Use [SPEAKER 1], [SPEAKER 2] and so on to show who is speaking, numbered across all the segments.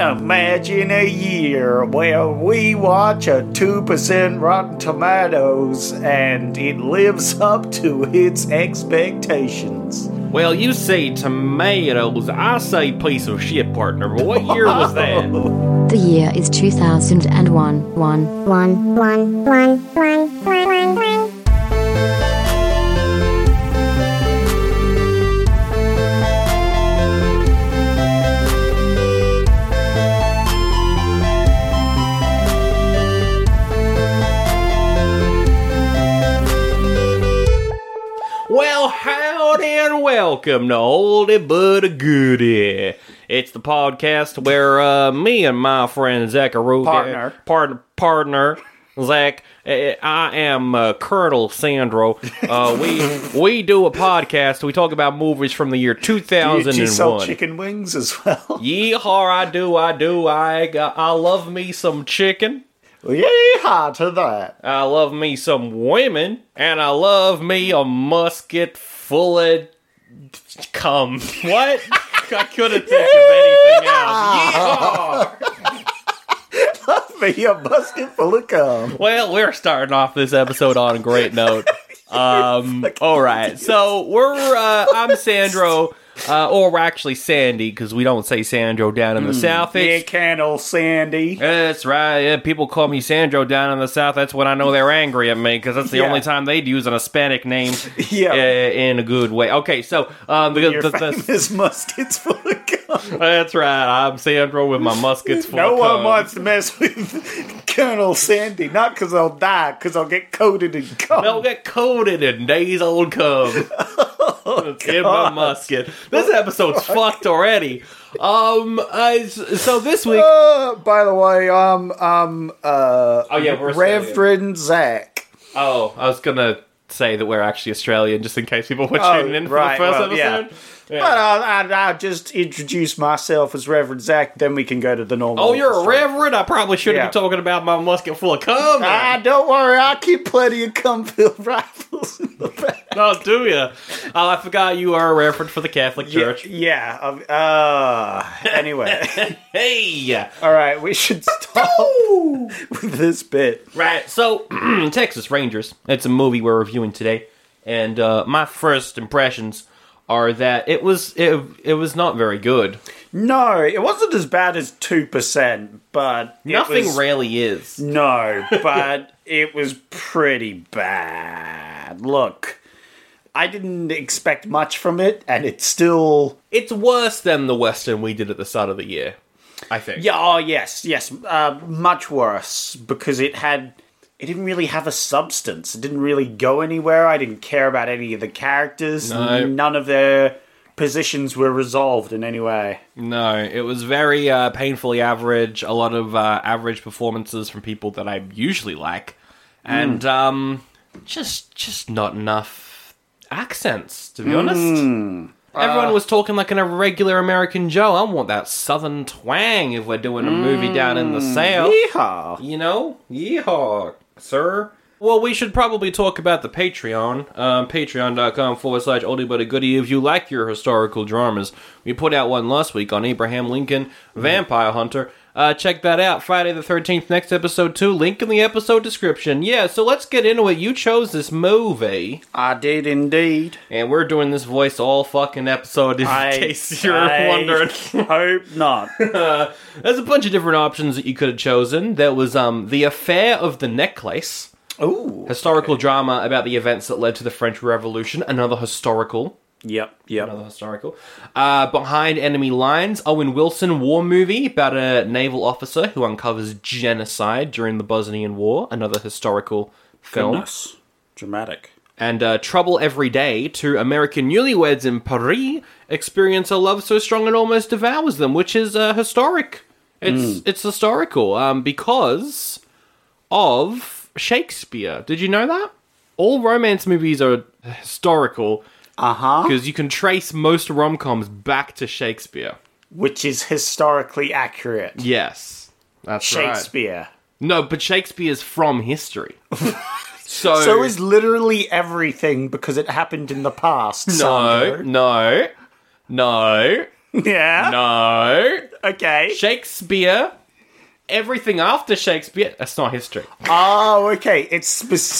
[SPEAKER 1] Imagine a year where we watch a 2% Rotten Tomatoes and it lives up to its expectations.
[SPEAKER 2] Well, you say tomatoes. I say piece of shit, partner. But what year was that?
[SPEAKER 3] The year is 2001. One.
[SPEAKER 4] One, one, one, one, one, one, one.
[SPEAKER 2] Well, howdy and welcome to Oldie But a Goodie. It's the podcast where uh, me and my friend Zach Aruga,
[SPEAKER 1] Partner.
[SPEAKER 2] partner, partner, Zach. eh, I am uh, Colonel Sandro. Uh, we we do a podcast. We talk about movies from the year two
[SPEAKER 1] You,
[SPEAKER 2] thousand
[SPEAKER 1] you
[SPEAKER 2] and
[SPEAKER 1] sell
[SPEAKER 2] one.
[SPEAKER 1] chicken wings as well.
[SPEAKER 2] Yeehaw! I do, I do. I got, I love me some chicken.
[SPEAKER 1] Yeehaw to that.
[SPEAKER 2] I love me some women, and I love me a musket full of cum. What? I couldn't think of anything else. Yeehaw!
[SPEAKER 1] Me a basket full of cum.
[SPEAKER 2] Well, we're starting off this episode on a great note. Um, all right, so we're. Uh, I'm Sandro, uh, or we're actually Sandy, because we don't say Sandro down in the south.
[SPEAKER 1] Yeah,
[SPEAKER 2] It's
[SPEAKER 1] Colonel Sandy.
[SPEAKER 2] That's right. Yeah, people call me Sandro down in the south. That's when I know they're angry at me because that's the
[SPEAKER 1] Yeah.
[SPEAKER 2] only time they'd use an Hispanic name
[SPEAKER 1] Yeah.
[SPEAKER 2] uh, in a good way. Okay, so um, the,
[SPEAKER 1] Your
[SPEAKER 2] the- the-
[SPEAKER 1] famous muskets full of cum.
[SPEAKER 2] that's right. I'm Sandro with my muskets full.
[SPEAKER 1] No
[SPEAKER 2] of
[SPEAKER 1] one
[SPEAKER 2] cum.
[SPEAKER 1] wants to mess with Colonel Sandy. Not because I'll die, because I'll get coated in cum.
[SPEAKER 2] They'll get coated in days old cum.
[SPEAKER 1] Oh,
[SPEAKER 2] It's in my musket. This episode's fucked already. Um, I, so this week,
[SPEAKER 1] Uh, by the way, um, um, uh,
[SPEAKER 2] Oh, yeah, we're
[SPEAKER 1] Reverend Zach.
[SPEAKER 2] oh, I was gonna say that we're actually Australian, just in case people were
[SPEAKER 1] Oh,
[SPEAKER 2] tuning in for
[SPEAKER 1] right,
[SPEAKER 2] the first
[SPEAKER 1] well, yeah.
[SPEAKER 2] episode. Yeah.
[SPEAKER 1] But I, I, I just introduce myself as Reverend Zach. Then we can go to the normal.
[SPEAKER 2] Oh, you're a
[SPEAKER 1] episode.
[SPEAKER 2] reverend? I probably shouldn't
[SPEAKER 1] Yeah.
[SPEAKER 2] be talking about my musket full of cum.
[SPEAKER 1] Ah, don't worry. I keep plenty of cum-filled rifles in the back.
[SPEAKER 2] No, do you? Oh, I forgot you are a reverend for the Catholic Church.
[SPEAKER 1] Yeah. um, uh, anyway,
[SPEAKER 2] Hey!
[SPEAKER 1] all right. We should stop with this bit.
[SPEAKER 2] Right, so Texas Rangers. It's a movie we're reviewing today, and uh, my first impressions are that it was it, it was not very good.
[SPEAKER 1] No, it wasn't as bad as two percent, but it
[SPEAKER 2] Nothing
[SPEAKER 1] was-
[SPEAKER 2] really is.
[SPEAKER 1] No, but it was pretty bad. Look, I didn't expect much from it, and it's still.
[SPEAKER 2] It's worse than the Western we did at the start of the year. I think.
[SPEAKER 1] Yeah, oh, yes, yes. Uh, much worse, because it had. It didn't really have a substance. It didn't really go anywhere. I didn't care about any of the characters.
[SPEAKER 2] No.
[SPEAKER 1] None of their positions were resolved in any way.
[SPEAKER 2] No, it was very uh, painfully average. A lot of uh, average performances from people that I usually like, and um, just just not enough accents. To be honest, everyone was talking like an irregular American Joe. I want that Southern twang if we're doing a movie down in the South.
[SPEAKER 1] Yeehaw!
[SPEAKER 2] You know, yeehaw, sir. Well, we should probably talk about the Patreon. Um, Patreon.com forward slash oldie but a goodie. If you like your historical dramas, we put out one last week on Abraham Lincoln, Vampire Hunter. Uh, check that out. Friday the 13th, next episode 2. Link in the episode description. Yeah, so let's get into it. You chose this movie,
[SPEAKER 1] I did indeed.
[SPEAKER 2] and we're doing this voice all fucking episode in
[SPEAKER 1] I,
[SPEAKER 2] case you're
[SPEAKER 1] I
[SPEAKER 2] wondering.
[SPEAKER 1] hope not.
[SPEAKER 2] There's a bunch of different options that you could have chosen. There was um, The Affair of the Necklace.
[SPEAKER 1] Ooh.
[SPEAKER 2] historical drama about the events that led to the French Revolution. Another historical.
[SPEAKER 1] Yep, yep.
[SPEAKER 2] Another historical. Uh, Behind Enemy Lines, Owen Wilson war movie about a naval officer who uncovers genocide during the Bosnian War. Another historical film.
[SPEAKER 1] Goodness. Dramatic.
[SPEAKER 2] and uh, Trouble Every Day, two American newlyweds in Paris experience a love so strong it almost devours them, which is uh, historic.
[SPEAKER 1] Mm.
[SPEAKER 2] It's it's historical um, because of Shakespeare. Did you know that? All romance movies are historical
[SPEAKER 1] Uh huh.
[SPEAKER 2] because you can trace most rom coms back to Shakespeare.
[SPEAKER 1] Which is historically accurate.
[SPEAKER 2] Yes, that's right.
[SPEAKER 1] Shakespeare.
[SPEAKER 2] No, but Shakespeare's from history. so,
[SPEAKER 1] So is literally everything because it happened in the past.
[SPEAKER 2] no,
[SPEAKER 1] Sandro.
[SPEAKER 2] no, no,
[SPEAKER 1] Yeah.
[SPEAKER 2] no.
[SPEAKER 1] Okay.
[SPEAKER 2] Shakespeare, everything after Shakespeare, that's not history.
[SPEAKER 1] Oh, okay. It's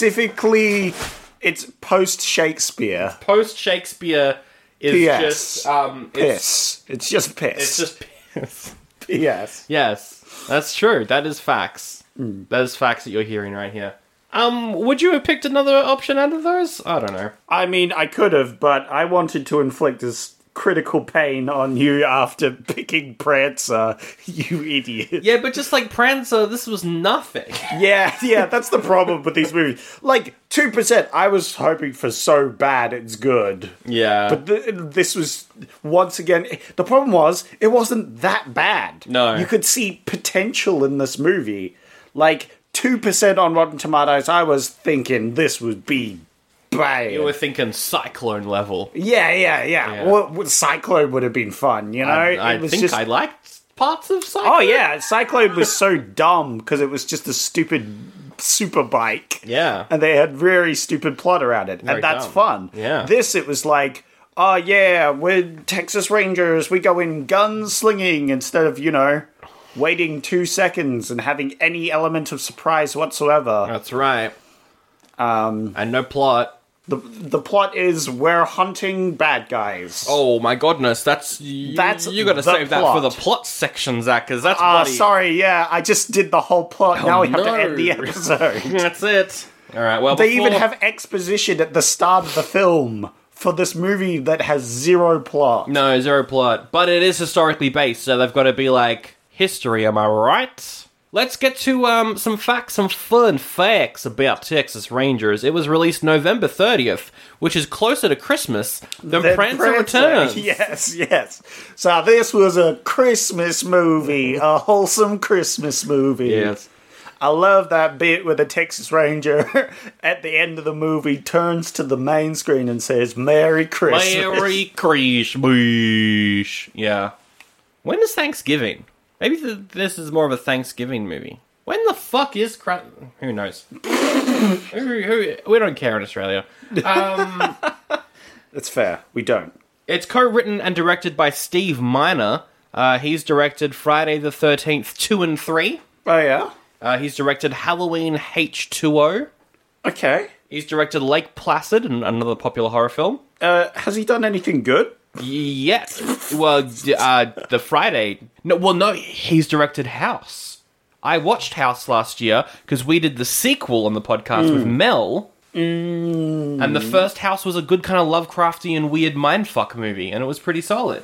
[SPEAKER 1] specifically it's post Shakespeare.
[SPEAKER 2] Post Shakespeare is
[SPEAKER 1] P.S.
[SPEAKER 2] just um, it's
[SPEAKER 1] Piss. It's just piss.
[SPEAKER 2] it's just piss.
[SPEAKER 1] yes.
[SPEAKER 2] Yes, that's true. That is facts.
[SPEAKER 1] Hmm.
[SPEAKER 2] That is facts that you're hearing right here. Um, would you have picked another option out of those? I don't know.
[SPEAKER 1] I mean, I could have, but I wanted to inflict this critical pain on you after picking Prancer. You idiot.
[SPEAKER 2] Yeah, but just like Prancer, this was nothing.
[SPEAKER 1] Yeah, yeah, that's the problem with these movies. Like two percent, I was hoping for so bad it's good.
[SPEAKER 2] Yeah.
[SPEAKER 1] But th- this was once again the problem was it wasn't that bad.
[SPEAKER 2] No.
[SPEAKER 1] you could see potential in this movie. Like two percent on Rotten Tomatoes, I was thinking this would be bad.
[SPEAKER 2] You were thinking cyclone level.
[SPEAKER 1] yeah, yeah, yeah.
[SPEAKER 2] Yeah.
[SPEAKER 1] What, what- Cyclone would have been fun, you know.
[SPEAKER 2] I, I
[SPEAKER 1] It was
[SPEAKER 2] think
[SPEAKER 1] just-
[SPEAKER 2] I liked parts of cyclone.
[SPEAKER 1] Oh yeah, Cyclone was so dumb because it was just a stupid super bike.
[SPEAKER 2] Yeah.
[SPEAKER 1] and they had very stupid plot around it,
[SPEAKER 2] Very
[SPEAKER 1] and that's
[SPEAKER 2] dumb.
[SPEAKER 1] fun.
[SPEAKER 2] Yeah.
[SPEAKER 1] This it was like, oh yeah, we're Texas Rangers. We go in gunslinging instead of you know waiting two seconds and having any element of surprise whatsoever.
[SPEAKER 2] That's right. Um, and no plot.
[SPEAKER 1] The the plot is we're hunting bad guys.
[SPEAKER 2] Oh my goodness, that's you,
[SPEAKER 1] That's
[SPEAKER 2] you got to
[SPEAKER 1] the
[SPEAKER 2] save that for the
[SPEAKER 1] plot.
[SPEAKER 2] plot section, Zach, because that's
[SPEAKER 1] Ah,
[SPEAKER 2] bloody-
[SPEAKER 1] sorry, yeah, I just did the whole plot. now we have
[SPEAKER 2] Oh, no.
[SPEAKER 1] to end the episode.
[SPEAKER 2] That's it. All right. Well,
[SPEAKER 1] they even
[SPEAKER 2] before-
[SPEAKER 1] have exposition at the start of the film for this movie that has zero plot.
[SPEAKER 2] no zero plot, but it is historically based, so they've got to be like history. Am I right? Let's get to um, some facts, some fun facts about Texas Rangers. It was released November 30th, which is closer to Christmas than,
[SPEAKER 1] Then
[SPEAKER 2] Prancer,
[SPEAKER 1] Prancer.
[SPEAKER 2] Returns.
[SPEAKER 1] Yes, yes. So this was a Christmas movie, a wholesome Christmas movie.
[SPEAKER 2] Yes.
[SPEAKER 1] I love that bit where the Texas Ranger at the end of the movie turns to the main screen and says, Merry Christmas.
[SPEAKER 2] Merry Christmas. Yeah. When is Thanksgiving? Maybe th- this is more of a Thanksgiving movie. When the fuck is Christ? Who knows? who, who, we don't care in Australia.
[SPEAKER 1] That's fair. We don't.
[SPEAKER 2] It's co-written and directed by Steve Miner. Uh, he's directed Friday the Thirteenth two and three.
[SPEAKER 1] Oh, yeah?
[SPEAKER 2] Uh, he's directed Halloween H two O.
[SPEAKER 1] Okay.
[SPEAKER 2] He's directed Lake Placid, an- another popular horror film.
[SPEAKER 1] Uh, has he done anything good?
[SPEAKER 2] Yes. Well, d- uh, the Friday. No, well, no, he's directed House. I watched House last year because we did the sequel on the podcast with Mel. And the first House was a good kind of Lovecraftian weird mindfuck movie, and it was pretty solid.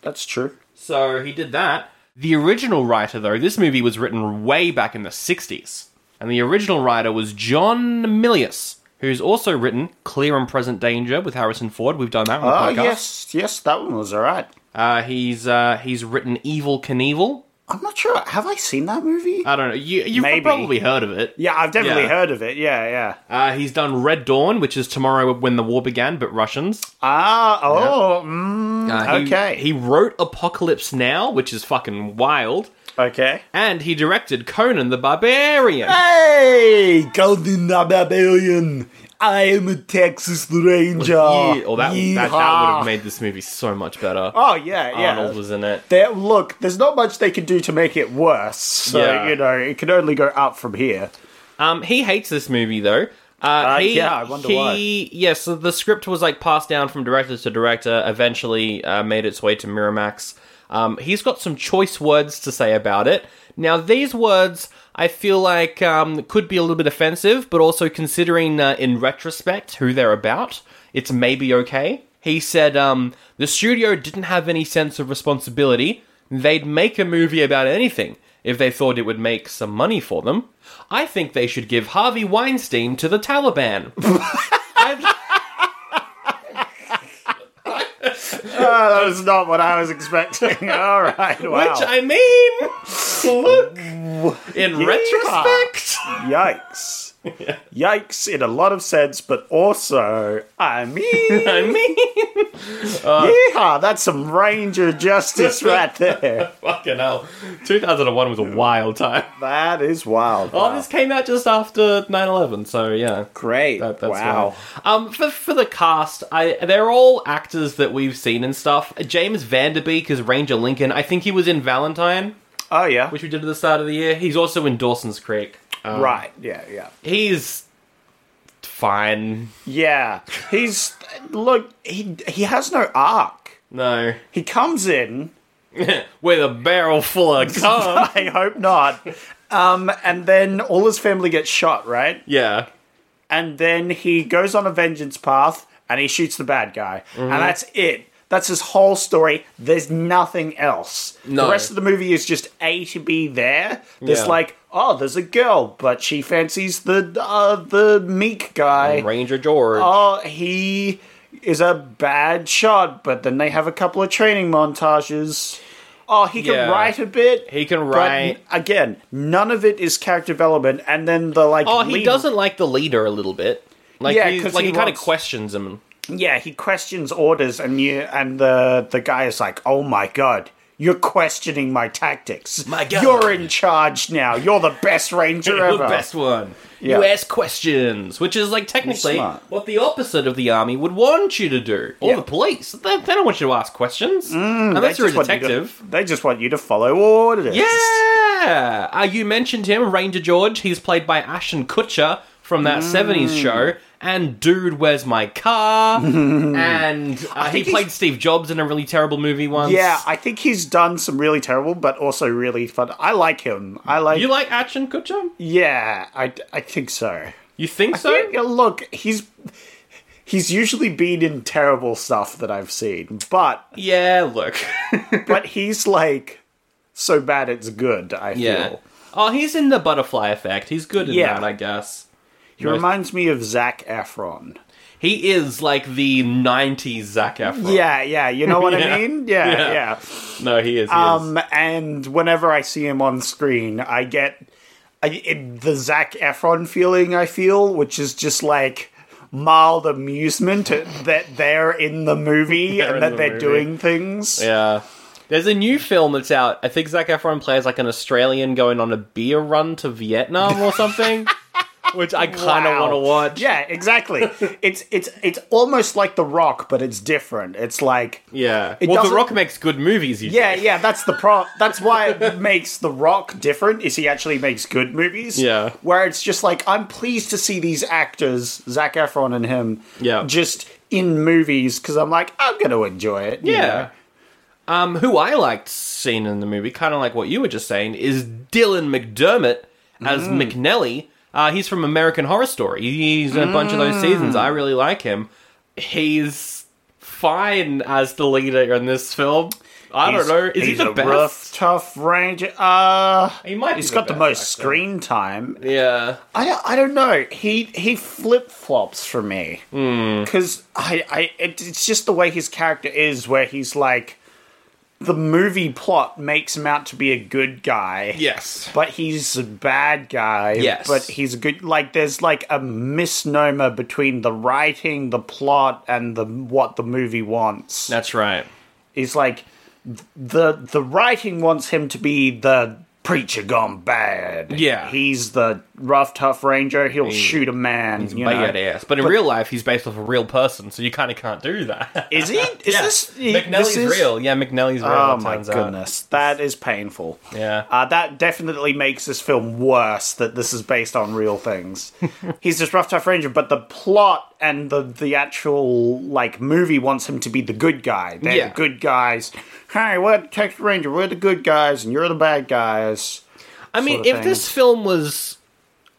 [SPEAKER 1] That's true.
[SPEAKER 2] So he did that. The original writer, though, this movie was written way back in the 60s. And the original writer was John Milius, who's also written Clear and Present Danger with Harrison Ford. We've done that on the
[SPEAKER 1] Oh,
[SPEAKER 2] podcast.
[SPEAKER 1] yes. Yes, that one was all right.
[SPEAKER 2] Uh, he's uh, he's written Evil Knievel.
[SPEAKER 1] I'm not sure. Have I seen that movie?
[SPEAKER 2] I don't know. You you've
[SPEAKER 1] Maybe.
[SPEAKER 2] probably heard of it.
[SPEAKER 1] Uh, yeah, I've definitely
[SPEAKER 2] yeah.
[SPEAKER 1] heard of it. Yeah, yeah.
[SPEAKER 2] Uh, he's done Red Dawn, which is tomorrow when the war began, but Russians.
[SPEAKER 1] Ah, oh, mm,
[SPEAKER 2] Uh, he-
[SPEAKER 1] okay.
[SPEAKER 2] He wrote Apocalypse Now, which is fucking wild,
[SPEAKER 1] okay.
[SPEAKER 2] and he directed Conan the Barbarian.
[SPEAKER 1] Hey, Golden Barbarian. I am a Texas Ranger.
[SPEAKER 2] Oh, Yeah, well, that, that, that would
[SPEAKER 1] Yeehaw.
[SPEAKER 2] have made this movie so much better.
[SPEAKER 1] Oh yeah, yeah.
[SPEAKER 2] Arnold was in it.
[SPEAKER 1] There- look, there's not much they can do to make it worse. So
[SPEAKER 2] Yeah.
[SPEAKER 1] you know, it can only go up from here.
[SPEAKER 2] Um, he hates this movie though. Uh, he,
[SPEAKER 1] yeah, I wonder
[SPEAKER 2] he,
[SPEAKER 1] why.
[SPEAKER 2] Yeah, so the script was like passed down from director to director. Eventually, uh, made its way to Miramax. Um, he's got some choice words to say about it. Now, these words I feel like um, could be a little bit offensive, but also considering uh, in retrospect who they're about, it's maybe okay. He said um, the studio didn't have any sense of responsibility. They'd make a movie about anything if they thought it would make some money for them. I think they should give Harvey Weinstein to the Taliban. I,
[SPEAKER 1] Ah, that is not what I was expecting. All right, wow.
[SPEAKER 2] Which I mean, look in
[SPEAKER 1] Yeah.
[SPEAKER 2] retrospect.
[SPEAKER 1] Yikes. Yikes in a lot of sense, but also, I mean,
[SPEAKER 2] I mean, Uh,
[SPEAKER 1] yeehaw, that's some Ranger justice right there.
[SPEAKER 2] fucking hell. 2001 was a wild time.
[SPEAKER 1] That is wild.
[SPEAKER 2] All
[SPEAKER 1] Wow.
[SPEAKER 2] this came out just after 9/11, so yeah.
[SPEAKER 1] Great.
[SPEAKER 2] That- that's
[SPEAKER 1] wow.
[SPEAKER 2] why. Um, for, for the cast, I they're all actors that we've seen and stuff. James Vanderbeek is Ranger Lincoln. I think he was in Valentine,
[SPEAKER 1] Oh, yeah.
[SPEAKER 2] which we did at the start of the year. He's also in Dawson's Creek. Um,
[SPEAKER 1] right. Yeah, yeah.
[SPEAKER 2] He's fine.
[SPEAKER 1] Yeah. He's, look, he, he has no arc.
[SPEAKER 2] No,
[SPEAKER 1] He comes in,
[SPEAKER 2] with a barrel full of cum.
[SPEAKER 1] I hope not, um, and then all his family gets shot, right?
[SPEAKER 2] yeah.
[SPEAKER 1] and then he goes on a vengeance path and he shoots the bad guy.
[SPEAKER 2] Mm-hmm.
[SPEAKER 1] And that's it. That's his whole story. There's nothing else.
[SPEAKER 2] No.
[SPEAKER 1] The rest of the movie is just A to B there. There's
[SPEAKER 2] Yeah.
[SPEAKER 1] like, oh, there's a girl, but she fancies the uh, the meek guy.
[SPEAKER 2] Ranger George.
[SPEAKER 1] Oh, he is a bad shot, but then they have a couple of training montages. Oh, he can
[SPEAKER 2] Yeah.
[SPEAKER 1] write a bit.
[SPEAKER 2] He can
[SPEAKER 1] but
[SPEAKER 2] write.
[SPEAKER 1] n- again, none of it is character development. And then the like.
[SPEAKER 2] oh, he
[SPEAKER 1] lead-
[SPEAKER 2] doesn't like the leader a little bit. Like
[SPEAKER 1] Yeah,
[SPEAKER 2] he's,
[SPEAKER 1] 'cause
[SPEAKER 2] like
[SPEAKER 1] he
[SPEAKER 2] he, kind of
[SPEAKER 1] wants-
[SPEAKER 2] questions him.
[SPEAKER 1] yeah, he questions orders, and you and the the guy is like, "Oh my god, you're questioning my tactics.
[SPEAKER 2] My God."
[SPEAKER 1] you're in charge now. You're the best ranger
[SPEAKER 2] You're
[SPEAKER 1] ever."
[SPEAKER 2] the best one.
[SPEAKER 1] Yeah.
[SPEAKER 2] You ask questions, which is like technically
[SPEAKER 1] smart.
[SPEAKER 2] what the opposite of the army would want you to do. Or
[SPEAKER 1] Yeah. Mm,
[SPEAKER 2] the police. They, they don't want you to ask questions.
[SPEAKER 1] They
[SPEAKER 2] unless you're a
[SPEAKER 1] just want you to-
[SPEAKER 2] detective.
[SPEAKER 1] they just want you to follow orders.
[SPEAKER 2] Yeah! Uh, you mentioned him, Ranger George. He's played by Ashton Kutcher from that
[SPEAKER 1] Mm.
[SPEAKER 2] 70s show. And Dude, Where's My Car? and uh, he
[SPEAKER 1] think he's-
[SPEAKER 2] played Steve Jobs in a really terrible movie once.
[SPEAKER 1] Yeah, I think he's done some really terrible, but also really fun. I like him. I like.
[SPEAKER 2] you like Ashton Kutcher?
[SPEAKER 1] yeah, I, I think so.
[SPEAKER 2] You think so?
[SPEAKER 1] Yeah, look, he's he's usually been in terrible stuff that I've seen, but
[SPEAKER 2] Yeah, look.
[SPEAKER 1] but he's like so bad it's good. I
[SPEAKER 2] Yeah.
[SPEAKER 1] feel.
[SPEAKER 2] Oh, he's in the butterfly effect. He's good in
[SPEAKER 1] Yeah.
[SPEAKER 2] that, I guess.
[SPEAKER 1] He reminds me of Zach Efron.
[SPEAKER 2] He is like the '90s Zac Efron.
[SPEAKER 1] Yeah, yeah, you know what
[SPEAKER 2] Yeah.
[SPEAKER 1] I mean? Yeah,
[SPEAKER 2] Yeah.
[SPEAKER 1] yeah.
[SPEAKER 2] No, he is. He is.
[SPEAKER 1] Um, and whenever I see him on screen, I get I, it, the Zach Efron feeling I feel, which is just like mild amusement at- that they're in the movie
[SPEAKER 2] They're
[SPEAKER 1] and
[SPEAKER 2] in
[SPEAKER 1] that
[SPEAKER 2] the
[SPEAKER 1] they're
[SPEAKER 2] movie.
[SPEAKER 1] doing things.
[SPEAKER 2] Yeah. There's a new film that's out. I think Zac Efron plays like an Australian going on a beer run to Vietnam or something, which I kind of
[SPEAKER 1] Wow.
[SPEAKER 2] want to watch.
[SPEAKER 1] Yeah, exactly. it's it's it's almost like The Rock, but it's different. It's like
[SPEAKER 2] Yeah.
[SPEAKER 1] It
[SPEAKER 2] well, The
[SPEAKER 1] doesn't-
[SPEAKER 2] Rock makes good movies. Usually.
[SPEAKER 1] Yeah, yeah, that's the pro. That's why it makes The Rock different. Is he actually makes good movies?
[SPEAKER 2] Yeah.
[SPEAKER 1] where it's just like I'm pleased to see these actors, Zach Efron and him,
[SPEAKER 2] Yeah.
[SPEAKER 1] just in movies because I'm like I'm going to enjoy it. you
[SPEAKER 2] Yeah.
[SPEAKER 1] know?
[SPEAKER 2] Um, who I liked seeing in the movie, kind of like what you were just saying, is Dylan McDermott as
[SPEAKER 1] Mm.
[SPEAKER 2] McNelly. Uh, he's from American Horror Story. He's in a bunch of those
[SPEAKER 1] Mm.
[SPEAKER 2] seasons. I really like him. He's fine as the leader in this film. I
[SPEAKER 1] He's-
[SPEAKER 2] don't know. Is he
[SPEAKER 1] he's
[SPEAKER 2] the
[SPEAKER 1] a
[SPEAKER 2] best?
[SPEAKER 1] rough, tough ranger? Uh,
[SPEAKER 2] He might.
[SPEAKER 1] he's
[SPEAKER 2] be
[SPEAKER 1] got the
[SPEAKER 2] best
[SPEAKER 1] most
[SPEAKER 2] actor.
[SPEAKER 1] screen time.
[SPEAKER 2] Yeah.
[SPEAKER 1] I, I don't know. He he flip flops for me
[SPEAKER 2] Hmm.
[SPEAKER 1] because I I it, it's just the way his character is, where he's like the movie plot makes him out to be a good guy.
[SPEAKER 2] Yes.
[SPEAKER 1] But he's a bad guy.
[SPEAKER 2] Yes.
[SPEAKER 1] But he's a good. Like, there's like a misnomer between the writing, the plot, and the what the movie wants.
[SPEAKER 2] That's right.
[SPEAKER 1] He's like the the writing wants him to be the preacher gone bad.
[SPEAKER 2] Yeah.
[SPEAKER 1] he's the rough tough ranger. He'll shoot a man. you know.
[SPEAKER 2] Badass. But in real life, he's based off a real person, so you kind of can't do that.
[SPEAKER 1] Is he? Is
[SPEAKER 2] Yeah.
[SPEAKER 1] this
[SPEAKER 2] McNally's
[SPEAKER 1] this is-
[SPEAKER 2] real. Yeah, McNally's real.
[SPEAKER 1] Oh
[SPEAKER 2] it
[SPEAKER 1] my
[SPEAKER 2] turns out.
[SPEAKER 1] goodness, that is painful.
[SPEAKER 2] Yeah.
[SPEAKER 1] Uh, that definitely makes this film worse that this is based on real things. He's this rough, tough ranger, but the plot and the, the actual like movie wants him to be the good guy. They're
[SPEAKER 2] Yeah.
[SPEAKER 1] the good guys. Hey, we're the Texas Ranger. We're the good guys, and you're the bad guys.
[SPEAKER 2] I mean,
[SPEAKER 1] sort of
[SPEAKER 2] if this
[SPEAKER 1] thing.
[SPEAKER 2] film was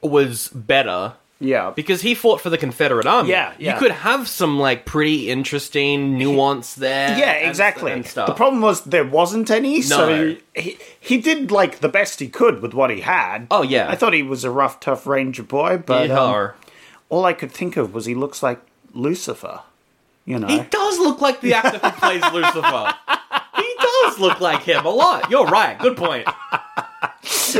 [SPEAKER 2] was better,
[SPEAKER 1] Yeah,
[SPEAKER 2] because he fought for the Confederate Army,
[SPEAKER 1] Yeah, yeah.
[SPEAKER 2] you could have some like pretty interesting nuance there.
[SPEAKER 1] yeah,
[SPEAKER 2] and-
[SPEAKER 1] exactly.
[SPEAKER 2] and stuff.
[SPEAKER 1] The problem was there wasn't any,
[SPEAKER 2] No.
[SPEAKER 1] so he, he did like the best he could with what he had.
[SPEAKER 2] Oh, yeah.
[SPEAKER 1] I thought he was a rough, tough ranger boy, but um,
[SPEAKER 2] Yeah.
[SPEAKER 1] all I could think of was he looks like Lucifer. You know,
[SPEAKER 2] He does look like the actor who plays Lucifer. He does look like him a lot. You're right. Good point.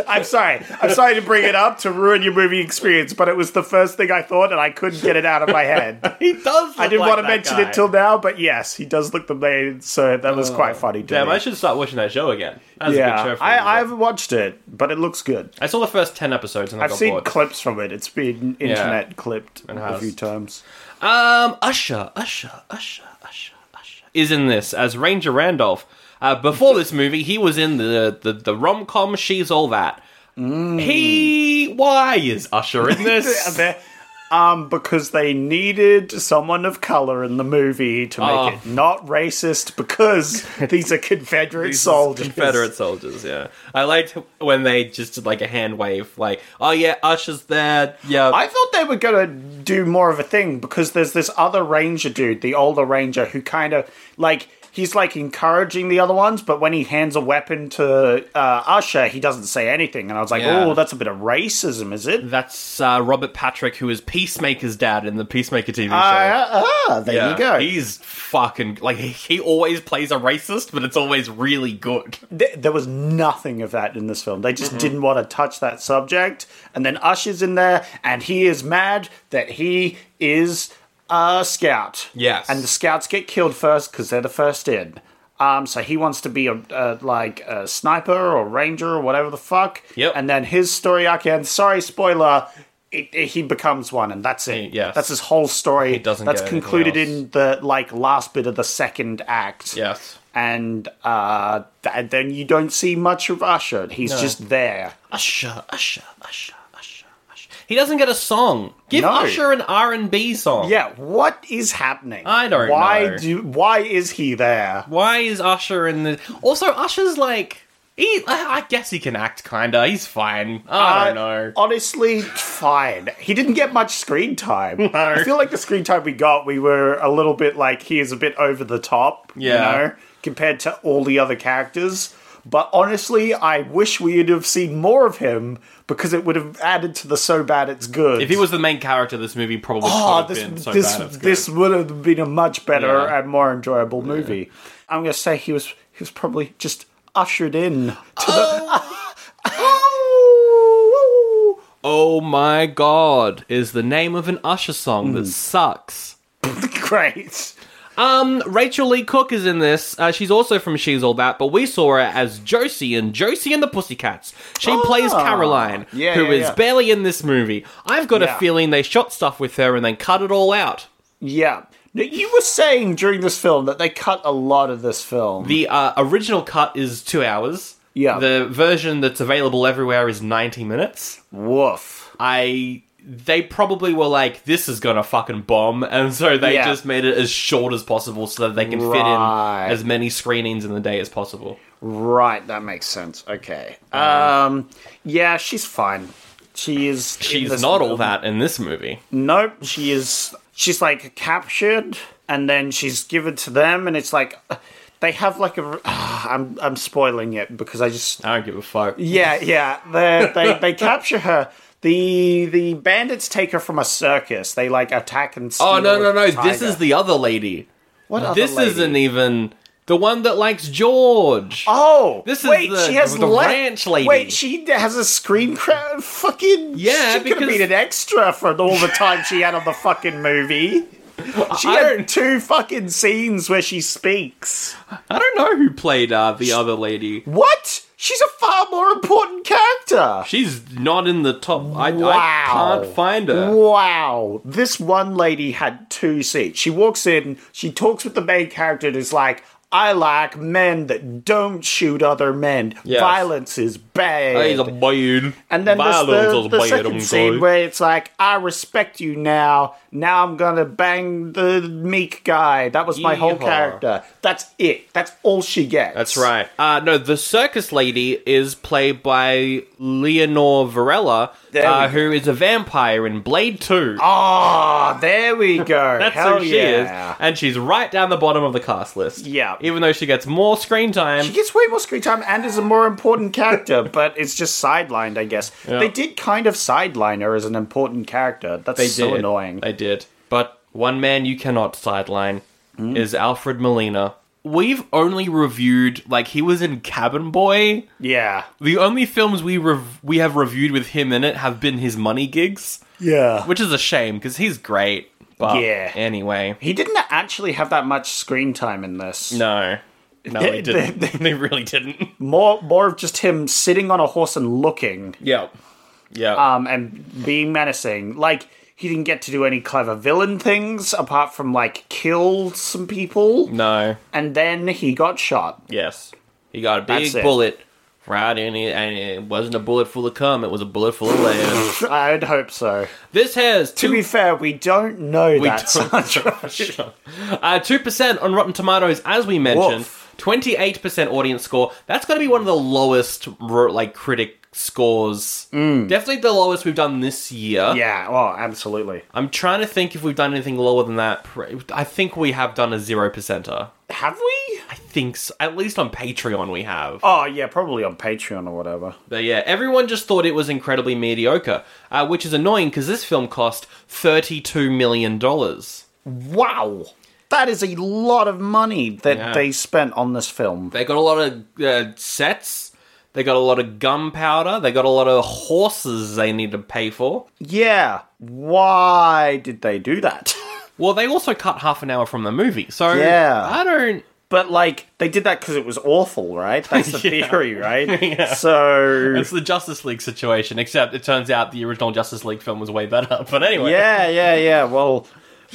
[SPEAKER 1] I'm sorry. I'm sorry to bring it up to ruin your movie experience, but it was the first thing I thought, and I couldn't get it out of my head.
[SPEAKER 2] He does. Look
[SPEAKER 1] I didn't
[SPEAKER 2] like
[SPEAKER 1] want to
[SPEAKER 2] that
[SPEAKER 1] mention
[SPEAKER 2] guy.
[SPEAKER 1] it till now, but yes, he does look the main, so that was quite funny. To
[SPEAKER 2] Damn,
[SPEAKER 1] me.
[SPEAKER 2] I should start watching that show again. That's a good show
[SPEAKER 1] yeah,
[SPEAKER 2] for me.
[SPEAKER 1] I, I haven't watched it, but it looks good.
[SPEAKER 2] I saw the first ten episodes and I
[SPEAKER 1] I've
[SPEAKER 2] got
[SPEAKER 1] seen
[SPEAKER 2] bored.
[SPEAKER 1] clips from it. It's been internet clipped a
[SPEAKER 2] has.
[SPEAKER 1] few times.
[SPEAKER 2] um, Usher, Usher, Usher, Usher, Usher is in this as Ranger Randolph. Uh, before this movie, he was in the the, the rom com She's All That.
[SPEAKER 1] Mm.
[SPEAKER 2] He why is Usher in this?
[SPEAKER 1] They're- Um, because they needed someone of color in the movie to make
[SPEAKER 2] Oh.
[SPEAKER 1] it not racist, because these are Confederate soldiers.
[SPEAKER 2] Confederate soldiers, yeah. I liked when they just did like a hand wave, like, oh yeah, Usher's there, yeah.
[SPEAKER 1] I thought they were gonna do more of a thing because there's this other ranger dude, the older ranger, who kind of like he's like encouraging the other ones, but when he hands a weapon to uh, Usher, he doesn't say anything, and I was like,
[SPEAKER 2] Yeah.
[SPEAKER 1] oh, that's a bit of racism, is it?
[SPEAKER 2] That's uh, Robert Patrick, who is Peacemaker's dad in the Peacemaker TV show.
[SPEAKER 1] Uh, ah, there
[SPEAKER 2] Yeah.
[SPEAKER 1] you go.
[SPEAKER 2] He's fucking like he- he always plays a racist, but it's always really good.
[SPEAKER 1] Th- there was nothing of that in this film. They
[SPEAKER 2] Mm-hmm.
[SPEAKER 1] just didn't want to touch that subject. And then Usher's in there, and he is mad that he is a scout.
[SPEAKER 2] Yes.
[SPEAKER 1] And the scouts get killed first because they're the first in. Um, so he wants to be a, a like a sniper or ranger or whatever the fuck.
[SPEAKER 2] Yep.
[SPEAKER 1] And then his story arc ends. Sorry, spoiler. It, it- he becomes one, and that's it.
[SPEAKER 2] He- yes.
[SPEAKER 1] That's his whole story.
[SPEAKER 2] He doesn't
[SPEAKER 1] That's
[SPEAKER 2] get anything
[SPEAKER 1] concluded
[SPEAKER 2] else.
[SPEAKER 1] in the like last bit of the second act
[SPEAKER 2] Yes.
[SPEAKER 1] and uh, th- then you don't see much of Usher. He's just there.
[SPEAKER 2] Usher, Usher, Usher, Usher, Usher. He doesn't get a song. Give
[SPEAKER 1] No.
[SPEAKER 2] Usher an R and B song.
[SPEAKER 1] Yeah, what is happening?
[SPEAKER 2] I don't
[SPEAKER 1] why
[SPEAKER 2] know.
[SPEAKER 1] Do, why is he there?
[SPEAKER 2] Why is Usher in the? Also, Usher's like he. I I guess he can act kinda. He's fine. I don't
[SPEAKER 1] Uh,
[SPEAKER 2] know.
[SPEAKER 1] Honestly, fine. He didn't get much screen time. I feel like the screen time we got, we were a little bit like he is a bit over the top,
[SPEAKER 2] Yeah.
[SPEAKER 1] you know, compared to all the other characters. But honestly, I wish we would have seen more of him because it would have added to the so bad it's good.
[SPEAKER 2] If he was the main character, this movie probably
[SPEAKER 1] Oh,
[SPEAKER 2] could have
[SPEAKER 1] this
[SPEAKER 2] been so
[SPEAKER 1] this
[SPEAKER 2] bad. It's good.
[SPEAKER 1] this would have been a much better
[SPEAKER 2] Yeah.
[SPEAKER 1] and more enjoyable movie. I'm gonna say he was he was probably just ushered in to
[SPEAKER 2] Oh, oh my god is the name of an Usher song that
[SPEAKER 1] Hmm.
[SPEAKER 2] sucks.
[SPEAKER 1] the great.
[SPEAKER 2] Rachel Lee Cook is in this. Uh, she's also from She's All That, but we saw her as Josie in Josie and the Pussycats. She plays Caroline, who
[SPEAKER 1] Ah, Yeah, yeah,
[SPEAKER 2] is
[SPEAKER 1] yeah.
[SPEAKER 2] barely in this movie. I've got
[SPEAKER 1] Yeah.
[SPEAKER 2] a feeling they shot stuff with her and then cut it all out.
[SPEAKER 1] Yeah. Now, You were saying during this film that they cut a lot of this film.
[SPEAKER 2] The uh, original cut is two hours.
[SPEAKER 1] Yeah.
[SPEAKER 2] The version that's available everywhere is 90 minutes.
[SPEAKER 1] Woof.
[SPEAKER 2] I they probably were like, this is gonna fucking bomb, and so they
[SPEAKER 1] Yeah.
[SPEAKER 2] just made it as short as possible so that they can
[SPEAKER 1] Right.
[SPEAKER 2] fit in as many screenings in the day as possible.
[SPEAKER 1] Right, that makes sense. Okay. Um yeah, she's fine. She is in
[SPEAKER 2] She's
[SPEAKER 1] this
[SPEAKER 2] not all
[SPEAKER 1] film.
[SPEAKER 2] that in this movie.
[SPEAKER 1] Nope, she is. She's like captured, and then she's given to them, and it's like uh, they have like a. am I'm spoiling it because I just.
[SPEAKER 2] I don't give a fuck.
[SPEAKER 1] Yeah, yeah. They they they capture her. The the bandits take her from a circus. They like attack and. Steal
[SPEAKER 2] Oh no no no!
[SPEAKER 1] a tiger.
[SPEAKER 2] This is the other lady.
[SPEAKER 1] What other
[SPEAKER 2] this
[SPEAKER 1] lady?
[SPEAKER 2] isn't even the one that likes George.
[SPEAKER 1] Oh,
[SPEAKER 2] This is
[SPEAKER 1] wait.
[SPEAKER 2] the-
[SPEAKER 1] she has
[SPEAKER 2] the
[SPEAKER 1] le-
[SPEAKER 2] ranch lady.
[SPEAKER 1] Wait, she has a screen cra- fucking.
[SPEAKER 2] Yeah,
[SPEAKER 1] she could have
[SPEAKER 2] because-
[SPEAKER 1] been an extra for all the time she had on the fucking movie. She
[SPEAKER 2] I
[SPEAKER 1] had
[SPEAKER 2] don't-
[SPEAKER 1] two fucking scenes where she speaks.
[SPEAKER 2] I don't know who played uh, the other lady.
[SPEAKER 1] What? She's a far more important character.
[SPEAKER 2] She's not in the top. I, I
[SPEAKER 1] Wow.
[SPEAKER 2] can't find her.
[SPEAKER 1] Wow. This one lady had two seats. She walks in, she talks with the main character and is like, I like men that don't shoot other men.
[SPEAKER 2] Yes. Oh,
[SPEAKER 1] Violence is bad.
[SPEAKER 2] He's a bad.
[SPEAKER 1] And then there's
[SPEAKER 2] Violence
[SPEAKER 1] the,
[SPEAKER 2] is
[SPEAKER 1] the
[SPEAKER 2] bad,
[SPEAKER 1] second
[SPEAKER 2] I'm
[SPEAKER 1] scene
[SPEAKER 2] sorry.
[SPEAKER 1] where it's like, I respect you now. Now I'm gonna bang the meek guy. That was my whole
[SPEAKER 2] Yeehaw.
[SPEAKER 1] character. That's it. That's all she gets.
[SPEAKER 2] That's right. Uh, no, the circus lady is played by Leonore Varela,
[SPEAKER 1] we
[SPEAKER 2] uh,
[SPEAKER 1] go.
[SPEAKER 2] who is a vampire in Blade 2.
[SPEAKER 1] Ah, there we go.
[SPEAKER 2] That's
[SPEAKER 1] Hell
[SPEAKER 2] who she
[SPEAKER 1] yeah.
[SPEAKER 2] is. And she's right down the bottom of the cast list.
[SPEAKER 1] Yeah.
[SPEAKER 2] Even though she gets more screen time.
[SPEAKER 1] She gets way more screen time and is a more important character, but it's just sidelined, I guess. They did kind of sideline her as an important character. That's
[SPEAKER 2] they
[SPEAKER 1] so
[SPEAKER 2] did.
[SPEAKER 1] annoying.
[SPEAKER 2] They did. But One man you cannot sideline
[SPEAKER 1] Hmm?
[SPEAKER 2] is Alfred Molina. We've only reviewed like he was in Cabin Boy.
[SPEAKER 1] Yeah.
[SPEAKER 2] The only films we rev- we have reviewed with him in it have been his money gigs,
[SPEAKER 1] Yeah.
[SPEAKER 2] which is a shame because he's great. But
[SPEAKER 1] Yeah.
[SPEAKER 2] anyway,
[SPEAKER 1] He didn't actually have that much screen time in this.
[SPEAKER 2] no, no, he didn't. he really didn't.
[SPEAKER 1] More more of just him sitting on a horse and looking
[SPEAKER 2] Yeah, yeah.
[SPEAKER 1] um and being menacing. Like he didn't get to do any clever villain things apart from like kill some people
[SPEAKER 2] no,
[SPEAKER 1] and then he got shot.
[SPEAKER 2] Yes. He got a
[SPEAKER 1] That's
[SPEAKER 2] big
[SPEAKER 1] it.
[SPEAKER 2] bullet right in it, and it wasn't a bullet full of cum, it was a bullet full of lead.
[SPEAKER 1] I'd hope so.
[SPEAKER 2] this has
[SPEAKER 1] To be
[SPEAKER 2] two,
[SPEAKER 1] fair, we don't know
[SPEAKER 2] We
[SPEAKER 1] that.
[SPEAKER 2] don't
[SPEAKER 1] Sandra.
[SPEAKER 2] uh, 2% on Rotten Tomatoes, as we mentioned.
[SPEAKER 1] Woof.
[SPEAKER 2] 28% audience score. That's going to be one of the lowest, ro- like, critic scores. Definitely the lowest we've done this year.
[SPEAKER 1] Mm. yeah, well, absolutely.
[SPEAKER 2] I'm trying to think if we've done anything lower than that. Pre- I think we have done a 0%er.
[SPEAKER 1] Have we?
[SPEAKER 2] I think, so. at least on Patreon, we have.
[SPEAKER 1] Oh yeah, probably on Patreon or whatever.
[SPEAKER 2] But yeah, everyone just thought it was incredibly mediocre, uh, which is annoying because this film cost $32 million. They
[SPEAKER 1] Wow. That is a lot of money that
[SPEAKER 2] Yeah.
[SPEAKER 1] they spent on this film.
[SPEAKER 2] got a lot of uh, sets, they got a lot of gunpowder, they got a lot of horses they need to pay for.
[SPEAKER 1] Yeah. Why did they do that?
[SPEAKER 2] Well, they also cut half an hour from the movie, so
[SPEAKER 1] Yeah.
[SPEAKER 2] I don't.
[SPEAKER 1] but like they did that cuz it was awful, right? That's the theory, right? So
[SPEAKER 2] It's the Justice League situation, except it turns out the original Justice League film was way better. But anyway.
[SPEAKER 1] Yeah, yeah, yeah. Well,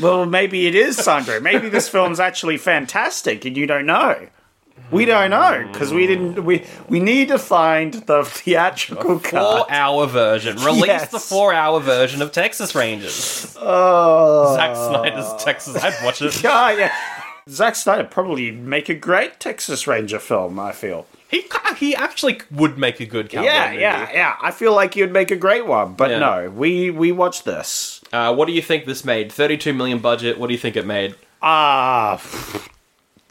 [SPEAKER 1] well maybe it is, Sandro. Maybe this film's actually fantastic and you don't know. We don't know cuz we didn't we we need to find the theatrical
[SPEAKER 2] Four
[SPEAKER 1] cut.
[SPEAKER 2] hour version. Release
[SPEAKER 1] Yes.
[SPEAKER 2] the four hour version of Texas Rangers.
[SPEAKER 1] Oh.
[SPEAKER 2] Zack Snyder's Texas. I'd watch it.
[SPEAKER 1] Yeah, yeah. Zack Snyder probably make a great Texas Ranger film. I feel.
[SPEAKER 2] He ca- he actually would make a good cowboy
[SPEAKER 1] Yeah,
[SPEAKER 2] movie.
[SPEAKER 1] yeah, yeah. I feel like you'd make a great one, but
[SPEAKER 2] Yeah.
[SPEAKER 1] no, we we watched this.
[SPEAKER 2] Uh, what do you think this made? Thirty-two million budget. What do you think it made?
[SPEAKER 1] Ah,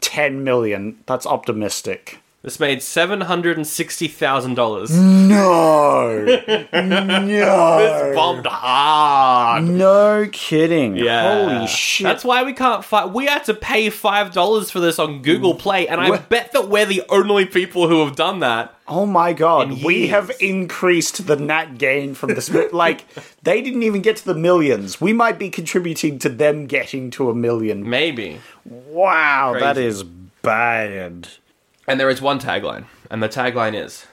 [SPEAKER 1] ten million. That's optimistic.
[SPEAKER 2] This made seven hundred and sixty thousand dollars.
[SPEAKER 1] No, no,
[SPEAKER 2] Bombed hard.
[SPEAKER 1] no kidding.
[SPEAKER 2] Yeah.
[SPEAKER 1] Holy shit.
[SPEAKER 2] That's why we can't fight. We had to pay five dollars for this on Google Play, and I
[SPEAKER 1] Wha-
[SPEAKER 2] bet that we're the only people who have done that.
[SPEAKER 1] oh my god.
[SPEAKER 2] In
[SPEAKER 1] We
[SPEAKER 2] years.
[SPEAKER 1] have increased the net gain from this. mo- like they didn't even get to the millions. We might be contributing to them getting to a million.
[SPEAKER 2] Maybe.
[SPEAKER 1] Wow, that
[SPEAKER 2] Crazy.
[SPEAKER 1] is bad.
[SPEAKER 2] And there is one tagline, and the tagline is,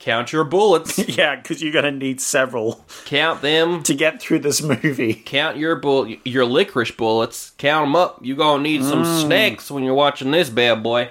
[SPEAKER 2] "Count your bullets.
[SPEAKER 1] Yeah, because you're gonna need several
[SPEAKER 2] Count them."
[SPEAKER 1] to get through this movie.
[SPEAKER 2] Count your bull, your licorice bullets. Count them up. You gonna need some
[SPEAKER 1] Mm.
[SPEAKER 2] snacks when you're watching this bad boy.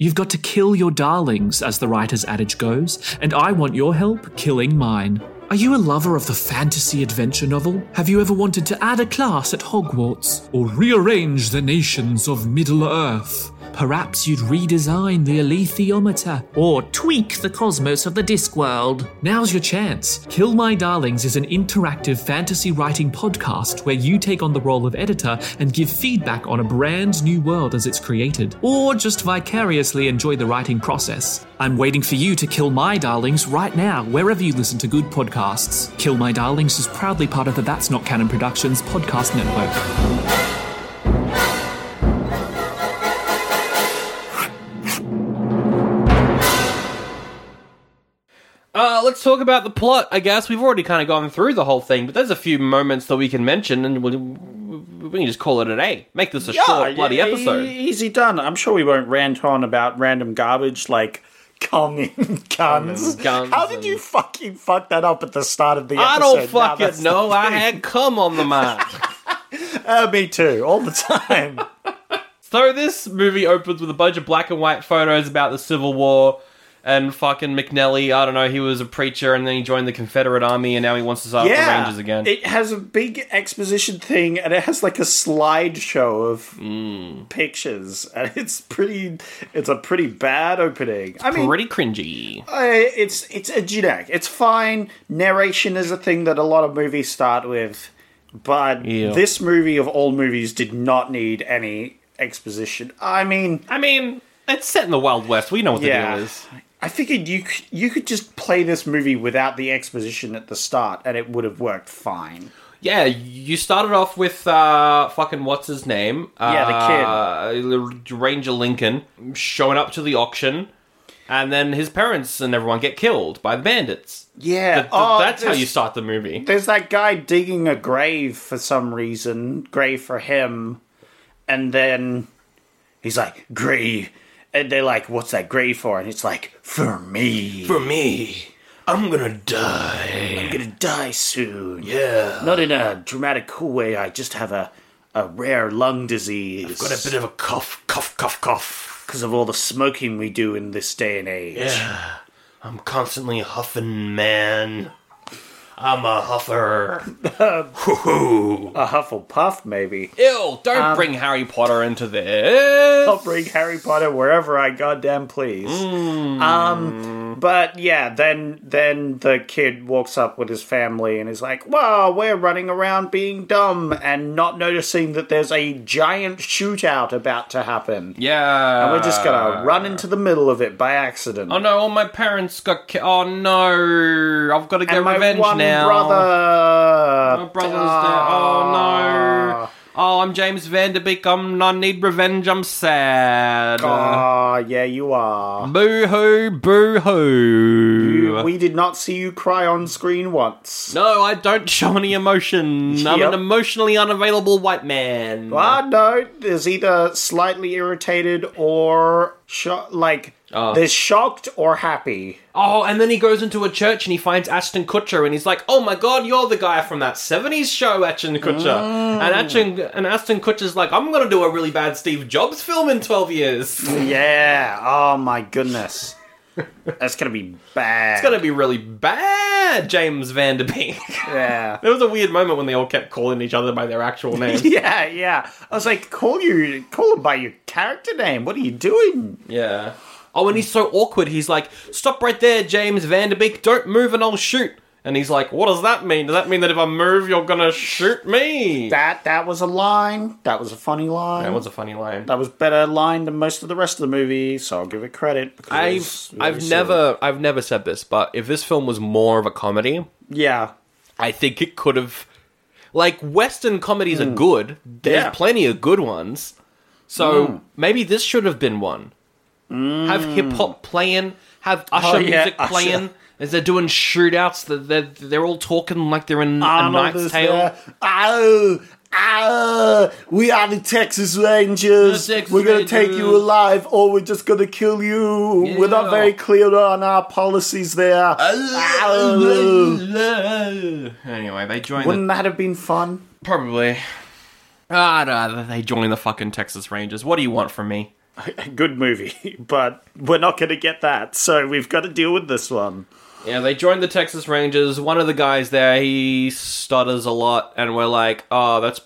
[SPEAKER 5] You've got to kill your darlings, as the writer's adage goes, and I want your help killing mine. Are you a lover of the fantasy adventure novel? Have you ever wanted to add a class at Hogwarts? Or rearrange the nations of Middle Earth? Perhaps you'd redesign the alethiometer or tweak the cosmos of the Discworld. Now's your chance. Kill My Darlings is an interactive fantasy writing podcast where you take on the role of editor and give feedback on a brand new world as it's created, or just vicariously enjoy the writing process. I'm waiting for you to kill my darlings right now, wherever you listen to good podcasts. Kill My Darlings is proudly part of the That's Not Canon Productions podcast network.
[SPEAKER 2] Uh, let's talk about the plot. I guess we've already kind of gone through the whole thing, but there's a few moments that we can mention, and we'll, we can just call it a day. Make this a short bloody
[SPEAKER 1] yeah, e-
[SPEAKER 2] episode.
[SPEAKER 1] Easy done. I'm sure we won't rant on about random garbage like cum and guns.
[SPEAKER 2] guns
[SPEAKER 1] How did
[SPEAKER 2] and-
[SPEAKER 1] you fucking fuck that up at the start of the
[SPEAKER 2] I
[SPEAKER 1] episode?
[SPEAKER 2] don't
[SPEAKER 1] Now that's
[SPEAKER 2] fucking know. I had cum on the mind.
[SPEAKER 1] Uh, me too, all the time.
[SPEAKER 2] so this movie opens with a bunch of black and white photos about the Civil War. And fucking McNelly, I don't know, he was a preacher and then he joined the Confederate Army and now he wants to start the
[SPEAKER 1] yeah.
[SPEAKER 2] Rangers again.
[SPEAKER 1] It has a big exposition thing and it has like a slideshow of
[SPEAKER 2] Mm.
[SPEAKER 1] pictures and it's pretty it's a pretty bad opening. I mean
[SPEAKER 2] Pretty cringy.
[SPEAKER 1] Uh, it's it's a generic. It's fine. Narration is a thing that a lot of movies start with, but
[SPEAKER 2] Yeah.
[SPEAKER 1] this movie of all movies did not need any exposition. I mean,
[SPEAKER 2] I mean, it's set in the Wild West. We know what the
[SPEAKER 1] yeah,
[SPEAKER 2] deal is.
[SPEAKER 1] I figured you c- you could just play this movie without the exposition at the start, and it would have worked fine.
[SPEAKER 2] Yeah, you started off with uh, fucking what's his name? Uh,
[SPEAKER 1] Yeah,
[SPEAKER 2] the kid, Ranger Lincoln, showing up to the auction, and then his parents and everyone get killed by the bandits.
[SPEAKER 1] Yeah,
[SPEAKER 2] Th- th-
[SPEAKER 1] oh,
[SPEAKER 2] that's how
[SPEAKER 1] there's-
[SPEAKER 2] you start the movie.
[SPEAKER 1] There's that guy digging a grave for some reason, grave for him, and then he's like, grave. And they're like, what's that grave for? And it's like, for me.
[SPEAKER 2] For me, I'm gonna die.
[SPEAKER 1] I'm gonna die soon. Yeah. Not in a dramatic, cool way, I just have a, a rare lung disease.
[SPEAKER 2] bit of a cough, cough, cough, cough.
[SPEAKER 1] because of all the smoking we do in this day and age.
[SPEAKER 2] I'm constantly huffing, man. I'm a huffer.
[SPEAKER 1] A Hufflepuff, maybe.
[SPEAKER 2] Ew, don't bring Harry Potter into this.
[SPEAKER 1] I'll bring Harry Potter wherever I goddamn please. Um, but yeah, then then the kid walks up with his family and is like, "Wow, we're running around being dumb and not noticing that there's a giant shootout about to happen.
[SPEAKER 2] Yeah.
[SPEAKER 1] And we're just gonna run into the middle of it by accident."
[SPEAKER 2] Uh. Oh no, all my parents got ki- Oh no, I've got to get
[SPEAKER 1] and my
[SPEAKER 2] revenge
[SPEAKER 1] one
[SPEAKER 2] now.
[SPEAKER 1] brother,
[SPEAKER 2] My brother's dead. Oh
[SPEAKER 1] Ah.
[SPEAKER 2] no. Oh, I'm James Vanderbeek. I'm, I need revenge. I'm sad.
[SPEAKER 1] Ah, yeah, you are.
[SPEAKER 2] Boo hoo, boo hoo.
[SPEAKER 1] We did not see you cry on screen once.
[SPEAKER 2] No, I don't show any emotion. I'm
[SPEAKER 1] Yep.
[SPEAKER 2] an emotionally unavailable white man.
[SPEAKER 1] Ah, no, there's either slightly irritated or sho- like there's shocked or happy.
[SPEAKER 2] Oh, and then he goes into a church and he finds Ashton Kutcher and he's like, "Oh my god, you're the guy from that '70s show, Ashton Kutcher."
[SPEAKER 1] Mm.
[SPEAKER 2] And Ashton and Ashton Kutcher's like, "I'm gonna do a really bad Steve Jobs film in 12 years. It's
[SPEAKER 1] Yeah. Oh my goodness, that's gonna be bad. It's
[SPEAKER 2] gonna be really bad." James Vanderbeek.
[SPEAKER 1] yeah.
[SPEAKER 2] there was a weird moment when they all kept calling each other by their actual names.
[SPEAKER 1] Yeah, yeah. I was like, call you, call him by your character name. What are you doing?
[SPEAKER 2] yeah. Oh, and he's so awkward. He's like, "Stop right there, James Vanderbeek. Don't move, and I'll shoot." And he's like, "What does that mean? Does that mean that if I move, you're gonna shoot me?"
[SPEAKER 1] That that was a line. That was a funny line.
[SPEAKER 2] that was a funny line.
[SPEAKER 1] that was better line than most of the rest of the movie. So I'll give it credit. because it
[SPEAKER 2] I've
[SPEAKER 1] was uh, really
[SPEAKER 2] I've
[SPEAKER 1] silly.
[SPEAKER 2] never I've never said this, but if this film was more of a comedy,
[SPEAKER 1] Yeah.
[SPEAKER 2] I think it could have like Western comedies are good.
[SPEAKER 1] Hmm.
[SPEAKER 2] There's
[SPEAKER 1] Yeah. Hmm.
[SPEAKER 2] plenty of good ones. So maybe this should have been one. Have hip hop playing, have Usher
[SPEAKER 1] Oh, yeah,
[SPEAKER 2] music
[SPEAKER 1] Usher.
[SPEAKER 2] playing. As they're doing shootouts, they're, they're, they're all talking like they're in a
[SPEAKER 1] Arnold
[SPEAKER 2] knight's
[SPEAKER 1] is
[SPEAKER 2] tale.
[SPEAKER 1] there. Oh, oh, we are the Texas Rangers.
[SPEAKER 2] The Texas
[SPEAKER 1] we're going to take
[SPEAKER 2] Rangers.
[SPEAKER 1] you alive or we're just going to kill you. We're not
[SPEAKER 2] Yeah.
[SPEAKER 1] very clear on our policies there. Oh.
[SPEAKER 2] Anyway, they join the
[SPEAKER 1] Wouldn't that have been fun?
[SPEAKER 2] Probably. I'd rather they join the fucking Texas Rangers. What do you want from me?
[SPEAKER 1] Good movie, but we're not going to get that, so we've got to deal with this one.
[SPEAKER 2] Yeah, they joined the Texas Rangers. One of the guys there, he stutters a lot, and we're like, oh, that's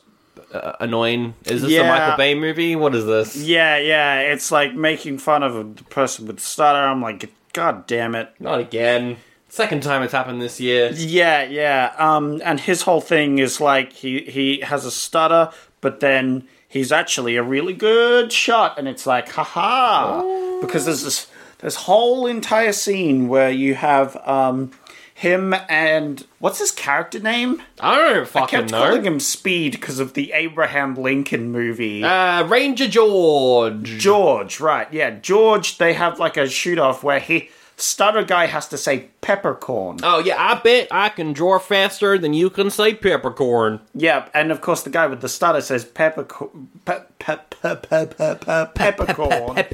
[SPEAKER 2] uh, annoying. Is this a
[SPEAKER 1] Yeah.
[SPEAKER 2] Michael Bay movie? What is this?
[SPEAKER 1] Yeah, yeah, it's like making fun of a person with stutter. I'm like, God damn it.
[SPEAKER 2] Not again. Second time it's happened this year.
[SPEAKER 1] Yeah, yeah. Um, and his whole thing is like he he has a stutter, but then he's actually a really good shot, and it's like, haha, because there's this this whole entire scene where you have um him and what's his character name?
[SPEAKER 2] I don't
[SPEAKER 1] I
[SPEAKER 2] fucking
[SPEAKER 1] kept calling
[SPEAKER 2] know.
[SPEAKER 1] him Speed because of the Abraham Lincoln movie.
[SPEAKER 2] Uh, Ranger George.
[SPEAKER 1] George, right? Yeah, George. They have like a shoot off where he stutter guy has to say peppercorn.
[SPEAKER 2] Oh, yeah, I bet I can draw faster than you can say peppercorn.
[SPEAKER 1] Yeah, and of course the guy with the stutter says peppercorn, pe- pe- pe- pe- pe- pe- peppercorn.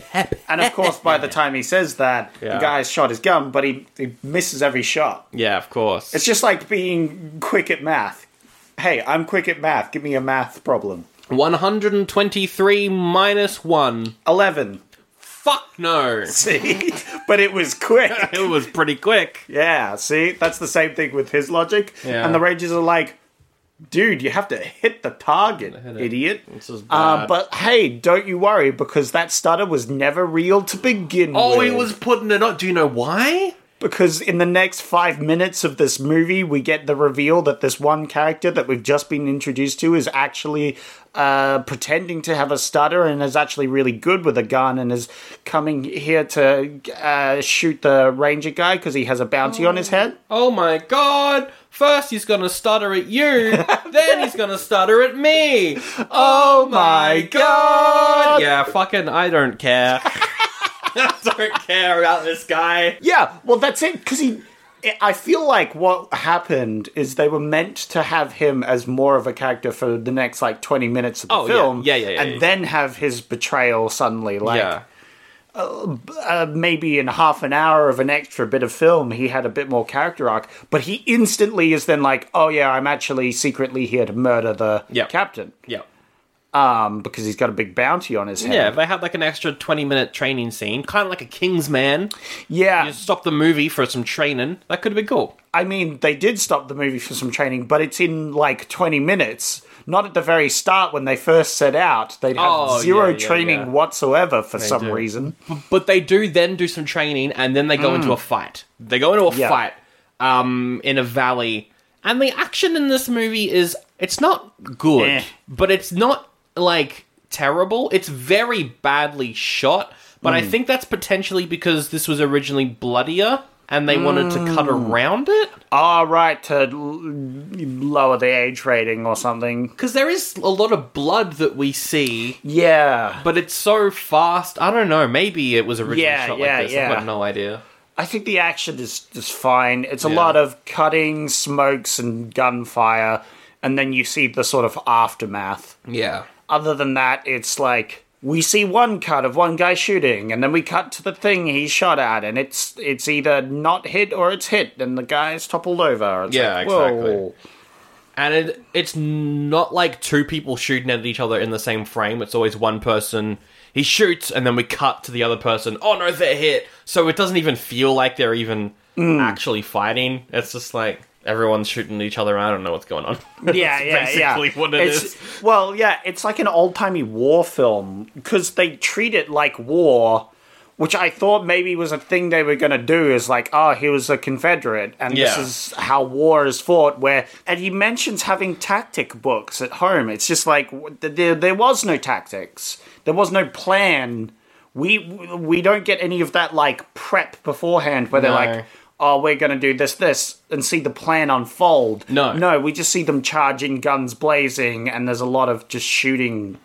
[SPEAKER 1] And of course, by the time he says that,
[SPEAKER 2] Yeah.
[SPEAKER 1] the guy has shot his gun, but he, he misses every shot.
[SPEAKER 2] Yeah, of course.
[SPEAKER 1] It's just like being quick at math. Hey, I'm quick at math. Give me a math problem.
[SPEAKER 2] 123 minus 1.
[SPEAKER 1] Eleven.
[SPEAKER 2] Fuck no.
[SPEAKER 1] See, but it was quick.
[SPEAKER 2] It was pretty quick.
[SPEAKER 1] Yeah. See, that's the same thing with his logic.
[SPEAKER 2] Yeah.
[SPEAKER 1] And the Rangers are like, dude, you have to hit the target, idiot.
[SPEAKER 2] This is bad.
[SPEAKER 1] Uh, but hey, don't you worry because that stutter was never real to begin
[SPEAKER 2] oh,
[SPEAKER 1] with.
[SPEAKER 2] he was putting it on. Do you know why?
[SPEAKER 1] because in the next five minutes of this movie, we get the reveal that this one character that we've just been introduced to is actually uh, pretending to have a stutter and is actually really good with a gun and is coming here to uh, shoot the ranger guy because he has a bounty on his head.
[SPEAKER 2] Oh my god! First, he's gonna stutter at you, then he's gonna stutter at me. Oh my god! Yeah, fucking, I don't care. I don't care about this guy.
[SPEAKER 1] Yeah, well, that's it. Because he, I feel like what happened is they were meant to have him as more of a character for the next like twenty minutes of the
[SPEAKER 2] Oh, yeah.
[SPEAKER 1] film.
[SPEAKER 2] Yeah, yeah, yeah,
[SPEAKER 1] and
[SPEAKER 2] yeah.
[SPEAKER 1] then have his betrayal suddenly. Like
[SPEAKER 2] yeah.
[SPEAKER 1] uh, maybe in half an hour of an extra bit of film, he had a bit more character arc. But he instantly is then like, oh yeah, I'm actually secretly here to murder the
[SPEAKER 2] Yeah.
[SPEAKER 1] captain.
[SPEAKER 2] Yeah.
[SPEAKER 1] Um, because he's got a big bounty on his head.
[SPEAKER 2] Yeah, if they had like an extra 20 minute training scene, kind of like a King's Man,
[SPEAKER 1] yeah.
[SPEAKER 2] you stop the movie for some training, that could have been cool.
[SPEAKER 1] I mean, they did stop the movie for some training, but it's in like 20 minutes. Not at the very start when they first set out. They'd have
[SPEAKER 2] Oh,
[SPEAKER 1] zero
[SPEAKER 2] yeah, yeah,
[SPEAKER 1] training
[SPEAKER 2] yeah.
[SPEAKER 1] whatsoever for some
[SPEAKER 2] do.
[SPEAKER 1] reason.
[SPEAKER 2] But they do then do some training and then they go into a fight. They go into a
[SPEAKER 1] Mm. Yeah.
[SPEAKER 2] fight um, in a valley. And the action in this movie is it's not good,
[SPEAKER 1] Eh.
[SPEAKER 2] but it's not like terrible. It's very badly shot, but
[SPEAKER 1] Mm.
[SPEAKER 2] I think that's potentially because this was originally bloodier and they wanted to cut
[SPEAKER 1] Mm.
[SPEAKER 2] around it.
[SPEAKER 1] All Ah, right, to l- lower the age rating or something.
[SPEAKER 2] Because there is a lot of blood that we see
[SPEAKER 1] Yeah.
[SPEAKER 2] But it's so fast. I don't know. Maybe it was originally
[SPEAKER 1] Yeah,
[SPEAKER 2] shot
[SPEAKER 1] yeah,
[SPEAKER 2] like this.
[SPEAKER 1] yeah.
[SPEAKER 2] I've got no idea.
[SPEAKER 1] I think the action is is fine. It's a
[SPEAKER 2] Yeah.
[SPEAKER 1] lot of cutting, smokes, and gunfire, and then you see the sort of aftermath.
[SPEAKER 2] Yeah.
[SPEAKER 1] Other than that, it's like we see one cut of one guy shooting, and then we cut to the thing he shot at, and it's it's either not hit or it's hit, and the guy's toppled over. It's
[SPEAKER 2] Yeah,
[SPEAKER 1] like, whoa.
[SPEAKER 2] exactly. And it, it's not like two people shooting at each other in the same frame. It's always one person. He shoots, and then we cut to the other person. Oh no, they're hit. So it doesn't even feel like they're even
[SPEAKER 1] Mm.
[SPEAKER 2] actually fighting. It's just like everyone's shooting at each other. I don't know what's going on.
[SPEAKER 1] yeah,
[SPEAKER 2] That's
[SPEAKER 1] yeah,
[SPEAKER 2] basically
[SPEAKER 1] yeah.
[SPEAKER 2] what it
[SPEAKER 1] it's,
[SPEAKER 2] is.
[SPEAKER 1] Well, yeah, it's like an old timey war film because they treat it like war, which I thought maybe was a thing they were going to do. Is like, oh, he was a Confederate, and
[SPEAKER 2] Yeah.
[SPEAKER 1] this is how war is fought. Where and he mentions having tactic books at home. It's just like w- th- there there was no tactics. There was no plan. We we don't get any of that like prep beforehand where they're
[SPEAKER 2] No.
[SPEAKER 1] like, oh, we're going to do this, this, and see the plan unfold.
[SPEAKER 2] No.
[SPEAKER 1] No, we just see them charging, guns blazing, and there's a lot of just shooting.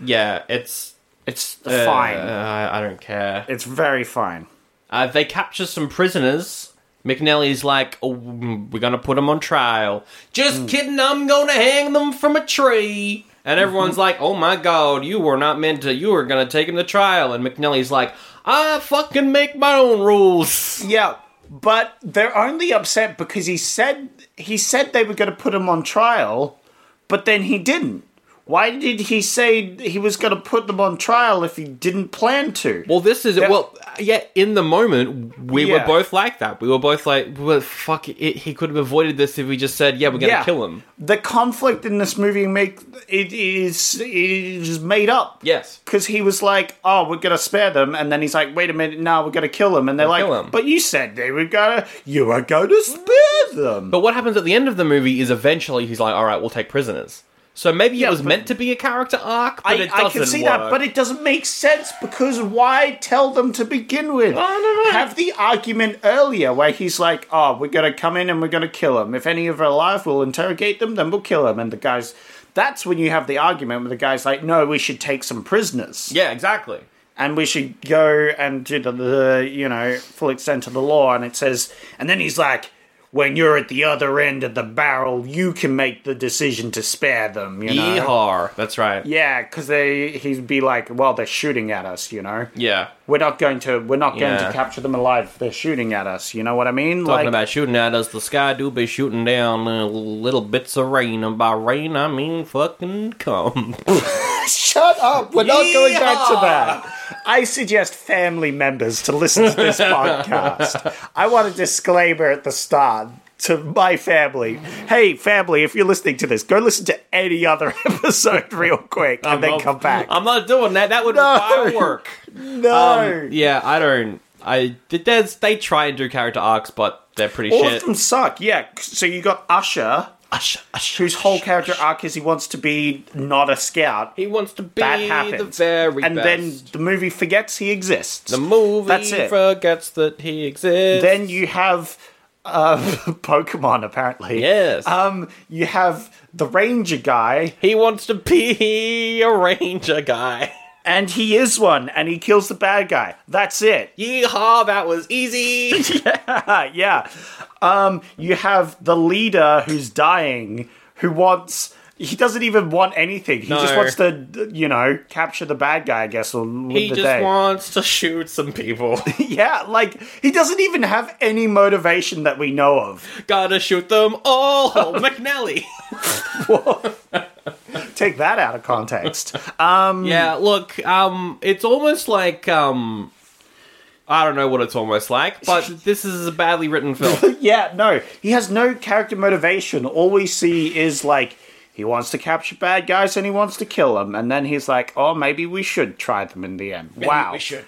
[SPEAKER 2] yeah, it's
[SPEAKER 1] It's
[SPEAKER 2] uh,
[SPEAKER 1] fine.
[SPEAKER 2] I, I don't care.
[SPEAKER 1] It's very fine.
[SPEAKER 2] Uh, they capture some prisoners. McNally's like, oh, mm, we're gonna put them on trial. Just kidding, I'm gonna hang them from a tree. And everyone's like, oh my god, you were not meant to, you were gonna take them to trial. And McNally's like, I fucking make my own rules.
[SPEAKER 1] Yeah, but they're only upset because he said he said they were going to put him on trial, but then he didn't. Why did he say he was going to put them on trial if he didn't plan to?
[SPEAKER 2] Well, this is,
[SPEAKER 1] Yeah.
[SPEAKER 2] well, uh, yeah, in the moment, we
[SPEAKER 1] Yeah.
[SPEAKER 2] were both like that. We were both like, well, fuck, it, he could have avoided this if we just said, yeah, we're gonna kill him.
[SPEAKER 1] The conflict in this movie make it is it is made up.
[SPEAKER 2] Yes.
[SPEAKER 1] Because he was like, "Oh, we're gonna spare them," and then he's like, "Wait a minute, no, we're gonna kill them." And they're
[SPEAKER 2] We'll kill
[SPEAKER 1] like,
[SPEAKER 2] 'em.
[SPEAKER 1] "But you said they were gonna, you were gonna spare them."
[SPEAKER 2] But what happens at the end of the movie is eventually he's like, all right, we'll take prisoners. So maybe it was
[SPEAKER 1] but-
[SPEAKER 2] meant to be a character arc, but
[SPEAKER 1] I,
[SPEAKER 2] it doesn't
[SPEAKER 1] I can see
[SPEAKER 2] work.
[SPEAKER 1] that, but it doesn't make sense because why tell them to begin with?
[SPEAKER 2] don't know.
[SPEAKER 1] Have the argument earlier where he's like, "Oh, we're gonna come in and we're gonna kill them. If any of are alive, we'll interrogate them. Then we'll kill them." And the guys, that's when you have the argument where the guy's like, "No, we should take some prisoners."
[SPEAKER 2] yeah, exactly.
[SPEAKER 1] and we should go and do the, the you know full extent of the law and it says and then he's like when you're at the other end of the barrel you can make the decision to spare them you know
[SPEAKER 2] Yeehaw. That's right. Yeah.
[SPEAKER 1] yeah because they he'd be like well they're shooting at us you know
[SPEAKER 2] yeah.
[SPEAKER 1] we're not going to we're not going
[SPEAKER 2] Yeah.
[SPEAKER 1] to capture them alive they're shooting at us you know what i mean
[SPEAKER 2] Talking about shooting at us, the sky do be shooting down uh, little bits of rain. And by rain, I mean fucking cum.
[SPEAKER 1] shut up we're not going back to that i suggest family members to listen to this podcast i want a disclaimer at the start to my family hey family if you're listening to this go listen to any other episode real quick and then
[SPEAKER 2] I'm-
[SPEAKER 1] come back
[SPEAKER 2] I'm not doing that. That would
[SPEAKER 1] No.
[SPEAKER 2] require work.
[SPEAKER 1] no
[SPEAKER 2] Um, yeah, I don't. I there's, they try and do character arcs, but they're pretty
[SPEAKER 1] all
[SPEAKER 2] shit.
[SPEAKER 1] of them suck yeah so you got usher
[SPEAKER 2] Ush, ush,
[SPEAKER 1] whose whole
[SPEAKER 2] ush.
[SPEAKER 1] character arc is he wants to be not a scout
[SPEAKER 2] he wants to be
[SPEAKER 1] that
[SPEAKER 2] the
[SPEAKER 1] happens
[SPEAKER 2] very
[SPEAKER 1] and
[SPEAKER 2] best.
[SPEAKER 1] then the movie forgets he exists
[SPEAKER 2] The movie
[SPEAKER 1] That's it.
[SPEAKER 2] forgets that he exists.
[SPEAKER 1] then you have uh, Pokemon, apparently.
[SPEAKER 2] Yes.
[SPEAKER 1] Um, you have the Ranger guy,
[SPEAKER 2] He wants to be a ranger guy.
[SPEAKER 1] and he is one, and he kills the bad guy. That's it.
[SPEAKER 2] Yeehaw, that was easy.
[SPEAKER 1] Yeah, yeah. Um, you have the leader who's dying, who wants. He doesn't even want anything. He just
[SPEAKER 2] No.
[SPEAKER 1] wants to, you know, capture the bad guy, I guess, or live
[SPEAKER 2] he
[SPEAKER 1] the
[SPEAKER 2] just
[SPEAKER 1] day.
[SPEAKER 2] wants to shoot some people.
[SPEAKER 1] yeah, like he doesn't even have any motivation that we know of.
[SPEAKER 2] Gotta shoot them all,
[SPEAKER 1] Oh.
[SPEAKER 2] McNally.
[SPEAKER 1] Take that out of context.
[SPEAKER 2] Yeah, look, um, it's almost like um, I don't know what it's almost like, but this is a badly written film.
[SPEAKER 1] Yeah, no. He has no character motivation. All we see is like he wants to capture bad guys and he wants to kill them, and then he's like, "Oh, maybe we should try them in the end." wow,
[SPEAKER 2] we should.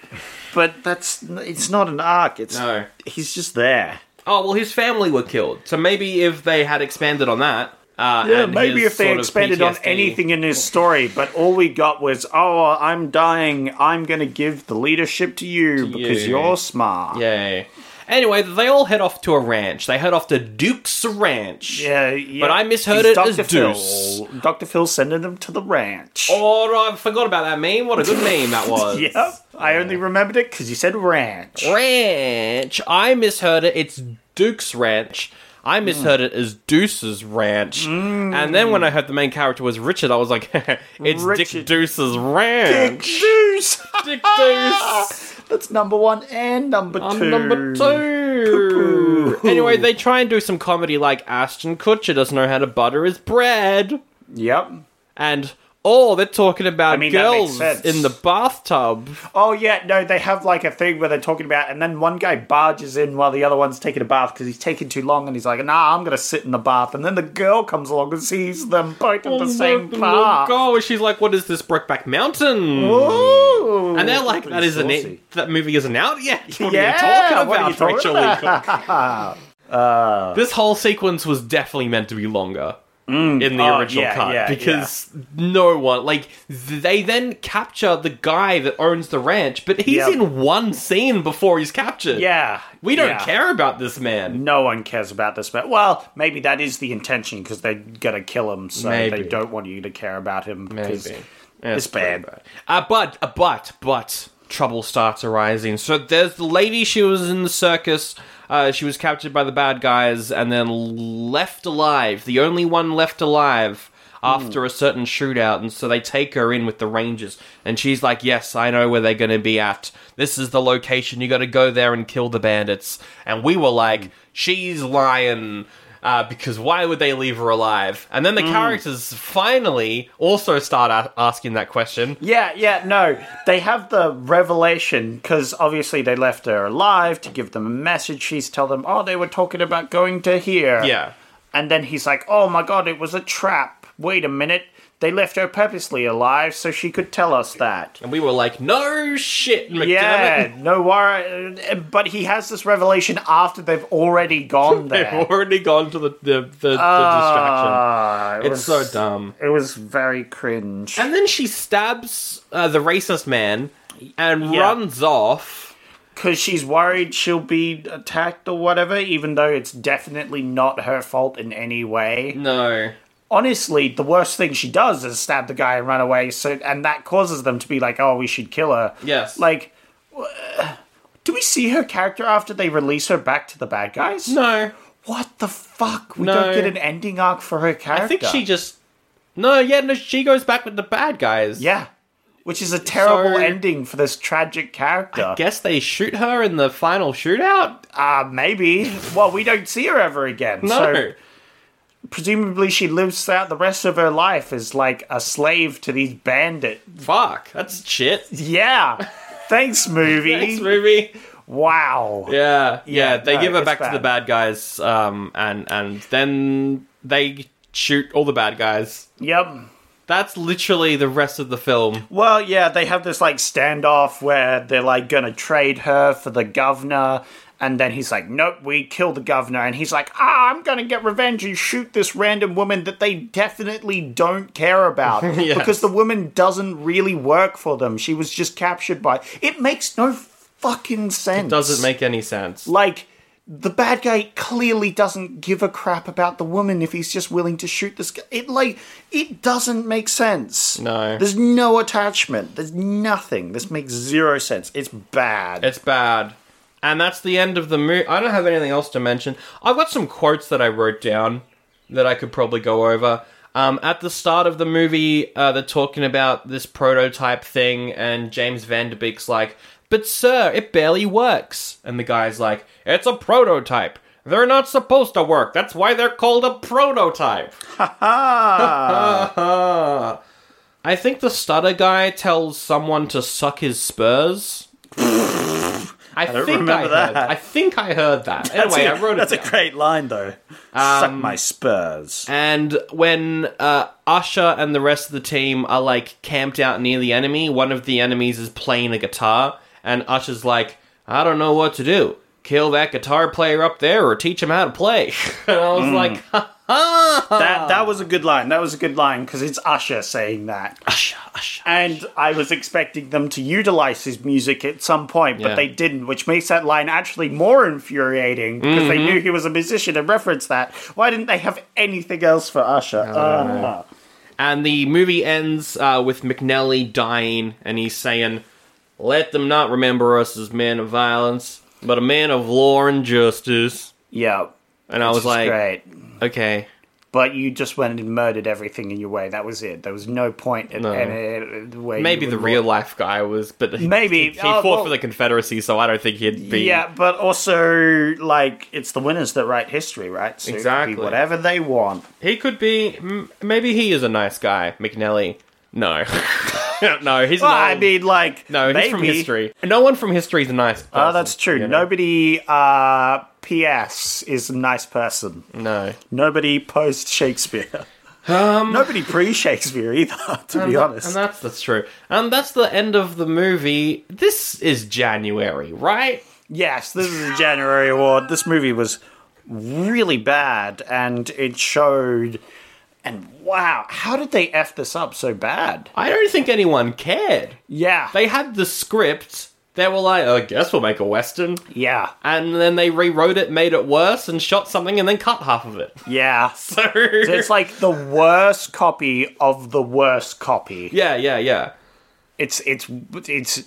[SPEAKER 1] But that's it's not an arc. It's
[SPEAKER 2] No.
[SPEAKER 1] he's just there.
[SPEAKER 2] Oh well, his family were killed, so maybe if they had expanded on that. Uh,
[SPEAKER 1] Yeah,
[SPEAKER 2] and
[SPEAKER 1] maybe
[SPEAKER 2] his
[SPEAKER 1] if they
[SPEAKER 2] sort of
[SPEAKER 1] expanded on
[SPEAKER 2] PTSD
[SPEAKER 1] anything in his story, but all we got was, "Oh, I'm dying. I'm going to give the leadership to you because
[SPEAKER 2] you.
[SPEAKER 1] you're smart."
[SPEAKER 2] Yay. Anyway, they all head off to a ranch. They head off to Duke's Ranch.
[SPEAKER 1] Yeah, yeah.
[SPEAKER 2] But I misheard
[SPEAKER 1] He's
[SPEAKER 2] it as
[SPEAKER 1] Dr.
[SPEAKER 2] Deuce.
[SPEAKER 1] Phil. Dr. Phil sending them to the ranch.
[SPEAKER 2] Oh, I forgot about that meme. What a good meme that was.
[SPEAKER 1] Yep. I only remembered it because you said ranch.
[SPEAKER 2] Ranch. I misheard it. It's Duke's Ranch. I
[SPEAKER 1] Hmm.
[SPEAKER 2] misheard it as Deuce's Ranch. And then when I heard the main character was Richard, I was like, it's Dick
[SPEAKER 1] Richard.
[SPEAKER 2] Deuce's Ranch.
[SPEAKER 1] Deuce.
[SPEAKER 2] Dick Deuce.
[SPEAKER 1] That's number one and number
[SPEAKER 2] I'm
[SPEAKER 1] two.
[SPEAKER 2] number two. Anyway, they try and do some comedy like Ashton Kutcher doesn't know how to butter his bread.
[SPEAKER 1] Yep.
[SPEAKER 2] And oh, they're talking about
[SPEAKER 1] I mean, that makes
[SPEAKER 2] girls
[SPEAKER 1] sense.
[SPEAKER 2] in the bathtub.
[SPEAKER 1] Oh yeah, no, they have like a thing where they're talking about, and then one guy barges in while the other one's taking a bath because he's taking too long, and he's like, "Nah, I'm gonna sit in the bath." And then the girl comes along and sees them both in the same bath.
[SPEAKER 2] Oh, she's like, "What is this, Brokeback Mountain?"
[SPEAKER 1] Oh. Ooh.
[SPEAKER 2] And they're like, "That
[SPEAKER 1] Pretty
[SPEAKER 2] isn't
[SPEAKER 1] saucy.
[SPEAKER 2] it. That movie isn't out yet." What
[SPEAKER 1] Yeah,
[SPEAKER 2] are you talking
[SPEAKER 1] what
[SPEAKER 2] about,
[SPEAKER 1] are you talking Uh,
[SPEAKER 2] Rachel Lee Cook? this whole sequence was definitely meant to be longer in the
[SPEAKER 1] oh,
[SPEAKER 2] original
[SPEAKER 1] yeah,
[SPEAKER 2] cut
[SPEAKER 1] yeah,
[SPEAKER 2] because no one like th- they then capture the guy that owns the ranch, but he's
[SPEAKER 1] Yep.
[SPEAKER 2] in one scene before he's captured.
[SPEAKER 1] Yeah,
[SPEAKER 2] we don't
[SPEAKER 1] yeah.
[SPEAKER 2] care about this man.
[SPEAKER 1] No one cares about this man. Well, maybe that is the intention because they're gonna kill him, so
[SPEAKER 2] Maybe.
[SPEAKER 1] they don't want you to care about him. Because
[SPEAKER 2] Maybe.
[SPEAKER 1] it's bad.
[SPEAKER 2] Uh, but, uh, but, but, trouble starts arising. So there's the lady, she was in the circus. Uh, she was captured by the bad guys and then left alive, the only one left alive after a certain shootout. And so they take her in with the Rangers. And she's like, Yes, I know where they're going to be at. This is the location. You got to go there and kill the bandits. And we were like, She's lying uh, because why would they leave her alive? And then the characters finally also start a- asking that question.
[SPEAKER 1] Yeah, yeah, no. They have the revelation because obviously they left her alive to give them a message. She's tell them, oh, they were talking about going to here.
[SPEAKER 2] Yeah.
[SPEAKER 1] And then he's like, oh my god, it was a trap. Wait a minute. They left her purposely alive so she could tell us that.
[SPEAKER 2] And we were like, no shit, McDermott.
[SPEAKER 1] Yeah, no worry. But he has this revelation after they've already gone
[SPEAKER 2] They've
[SPEAKER 1] there.
[SPEAKER 2] already gone to the, the, the,
[SPEAKER 1] Ah,
[SPEAKER 2] the
[SPEAKER 1] it
[SPEAKER 2] distraction. It's
[SPEAKER 1] was-
[SPEAKER 2] so dumb.
[SPEAKER 1] It was very cringe.
[SPEAKER 2] And then she stabs uh, the racist man and
[SPEAKER 1] Yeah.
[SPEAKER 2] runs off.
[SPEAKER 1] because she's worried she'll be attacked or whatever, even though it's definitely not her fault in any way.
[SPEAKER 2] No.
[SPEAKER 1] Honestly, the worst thing she does is stab the guy and run away, so and that causes them to be like, "Oh, we should kill her."
[SPEAKER 2] Yes.
[SPEAKER 1] Like, wh- do we see her character after they release her back to the bad guys?
[SPEAKER 2] No.
[SPEAKER 1] What the fuck? We
[SPEAKER 2] No.
[SPEAKER 1] don't get an ending arc for her character.
[SPEAKER 2] I think she just. No, yeah, no, she goes back with the bad guys.
[SPEAKER 1] Yeah. Which is a terrible
[SPEAKER 2] So-
[SPEAKER 1] ending for this tragic character.
[SPEAKER 2] Guess they shoot her in the final shootout?
[SPEAKER 1] Ah, maybe. Well, we don't see her ever again.
[SPEAKER 2] No.
[SPEAKER 1] So presumably she lives out the rest of her life as like a slave to these bandits.
[SPEAKER 2] Fuck, that's shit.
[SPEAKER 1] Yeah. Thanks, movie.
[SPEAKER 2] Thanks, movie.
[SPEAKER 1] Wow.
[SPEAKER 2] Yeah, yeah.
[SPEAKER 1] Yeah,
[SPEAKER 2] They
[SPEAKER 1] no,
[SPEAKER 2] give her
[SPEAKER 1] it's
[SPEAKER 2] back to
[SPEAKER 1] bad.
[SPEAKER 2] the bad guys, um, and and then they shoot all the bad guys.
[SPEAKER 1] Yep.
[SPEAKER 2] That's literally the rest of the film.
[SPEAKER 1] Well, yeah, they have this like standoff where they're like gonna trade her for the governor. And then he's like, nope, we kill the governor. And he's like, ah, I'm going to get revenge and shoot this random woman that they definitely don't care about.
[SPEAKER 2] Yes.
[SPEAKER 1] Because the woman doesn't really work for them. She was just captured by. It makes no fucking sense.
[SPEAKER 2] Doesn't make any sense.
[SPEAKER 1] Like, the bad guy clearly doesn't give a crap about the woman if he's just willing to shoot this guy. It like it doesn't make sense.
[SPEAKER 2] No.
[SPEAKER 1] There's no attachment. There's nothing. This makes zero sense. It's bad.
[SPEAKER 2] It's bad. And that's the end of the movie. I don't have anything else to mention. I've got some quotes that I wrote down that I could probably go over. Um, at the start of the movie, uh, they're talking about this prototype thing, and James Van Der Beek's like, But sir, it barely works. And the guy's like, It's a prototype. They're not supposed to work. That's why they're called a prototype. I think the stutter guy tells someone to suck his spurs. I,
[SPEAKER 1] don't
[SPEAKER 2] think I
[SPEAKER 1] remember
[SPEAKER 2] heard.
[SPEAKER 1] that.
[SPEAKER 2] I think I heard that.
[SPEAKER 1] That's
[SPEAKER 2] anyway,
[SPEAKER 1] a-
[SPEAKER 2] I wrote it.
[SPEAKER 1] That's
[SPEAKER 2] down. Um,
[SPEAKER 1] a great line though. Suck my spurs.
[SPEAKER 2] And when uh, Usher and the rest of the team are like camped out near the enemy, one of the enemies is playing a guitar, and Usher's like, "I don't know what to do. Kill that guitar player up there, or teach him how to play." and I
[SPEAKER 1] Mm.
[SPEAKER 2] was like, "Ha ha!"
[SPEAKER 1] That that was a good line. That was a good line because it's Usher saying that.
[SPEAKER 2] Usher, Usher.
[SPEAKER 1] And I was expecting them to utilize his music at some point, but
[SPEAKER 2] Yeah.
[SPEAKER 1] they didn't, which makes that line actually more infuriating because
[SPEAKER 2] Mm-hmm.
[SPEAKER 1] they knew he was a musician and referenced that. Why didn't they have anything else for Usher? Uh,
[SPEAKER 2] And the movie ends uh, with McNally dying, and he's saying, "Let them not remember us as men of violence, but a man of law and justice."
[SPEAKER 1] yeah,
[SPEAKER 2] And I was
[SPEAKER 1] which is
[SPEAKER 2] like,
[SPEAKER 1] great.
[SPEAKER 2] "Okay."
[SPEAKER 1] But you just went and murdered everything in your way. That was it. There was no point in, in, in, in where you
[SPEAKER 2] Maybe
[SPEAKER 1] would
[SPEAKER 2] the
[SPEAKER 1] look.
[SPEAKER 2] real life guy was, but he-
[SPEAKER 1] Maybe.
[SPEAKER 2] he, he
[SPEAKER 1] Oh,
[SPEAKER 2] fought
[SPEAKER 1] well-
[SPEAKER 2] for the Confederacy, so I don't think he'd be.
[SPEAKER 1] Yeah, but also like it's the winners that write history, right? So it could be
[SPEAKER 2] Exactly.
[SPEAKER 1] whatever they want.
[SPEAKER 2] he could be. m- Maybe he is a nice guy, McNally. No, no, he's
[SPEAKER 1] Well,
[SPEAKER 2] an
[SPEAKER 1] I
[SPEAKER 2] old-
[SPEAKER 1] mean, like
[SPEAKER 2] no, he's from
[SPEAKER 1] maybe-
[SPEAKER 2] history. No one from history is a nice. Person,
[SPEAKER 1] Oh, that's true.
[SPEAKER 2] you know?
[SPEAKER 1] Nobody. Uh, P.S. is a nice person.
[SPEAKER 2] no.
[SPEAKER 1] Nobody post Shakespeare. Nobody pre Shakespeare either. To be honest,
[SPEAKER 2] Um, And that's that's true. And that's the end of the movie. This is January, right?
[SPEAKER 1] yes, this is a January award. This movie was really bad, and it showed. And wow, how did they f this up so bad?
[SPEAKER 2] I don't think anyone cared.
[SPEAKER 1] Yeah,
[SPEAKER 2] They had the script. They were like, "I guess we'll make a western."
[SPEAKER 1] yeah,
[SPEAKER 2] and then they rewrote it, made it worse, and shot something, and then cut half of it.
[SPEAKER 1] yeah.
[SPEAKER 2] So
[SPEAKER 1] So it's like the worst copy of the worst copy.
[SPEAKER 2] yeah, yeah, yeah,
[SPEAKER 1] It's it's it's.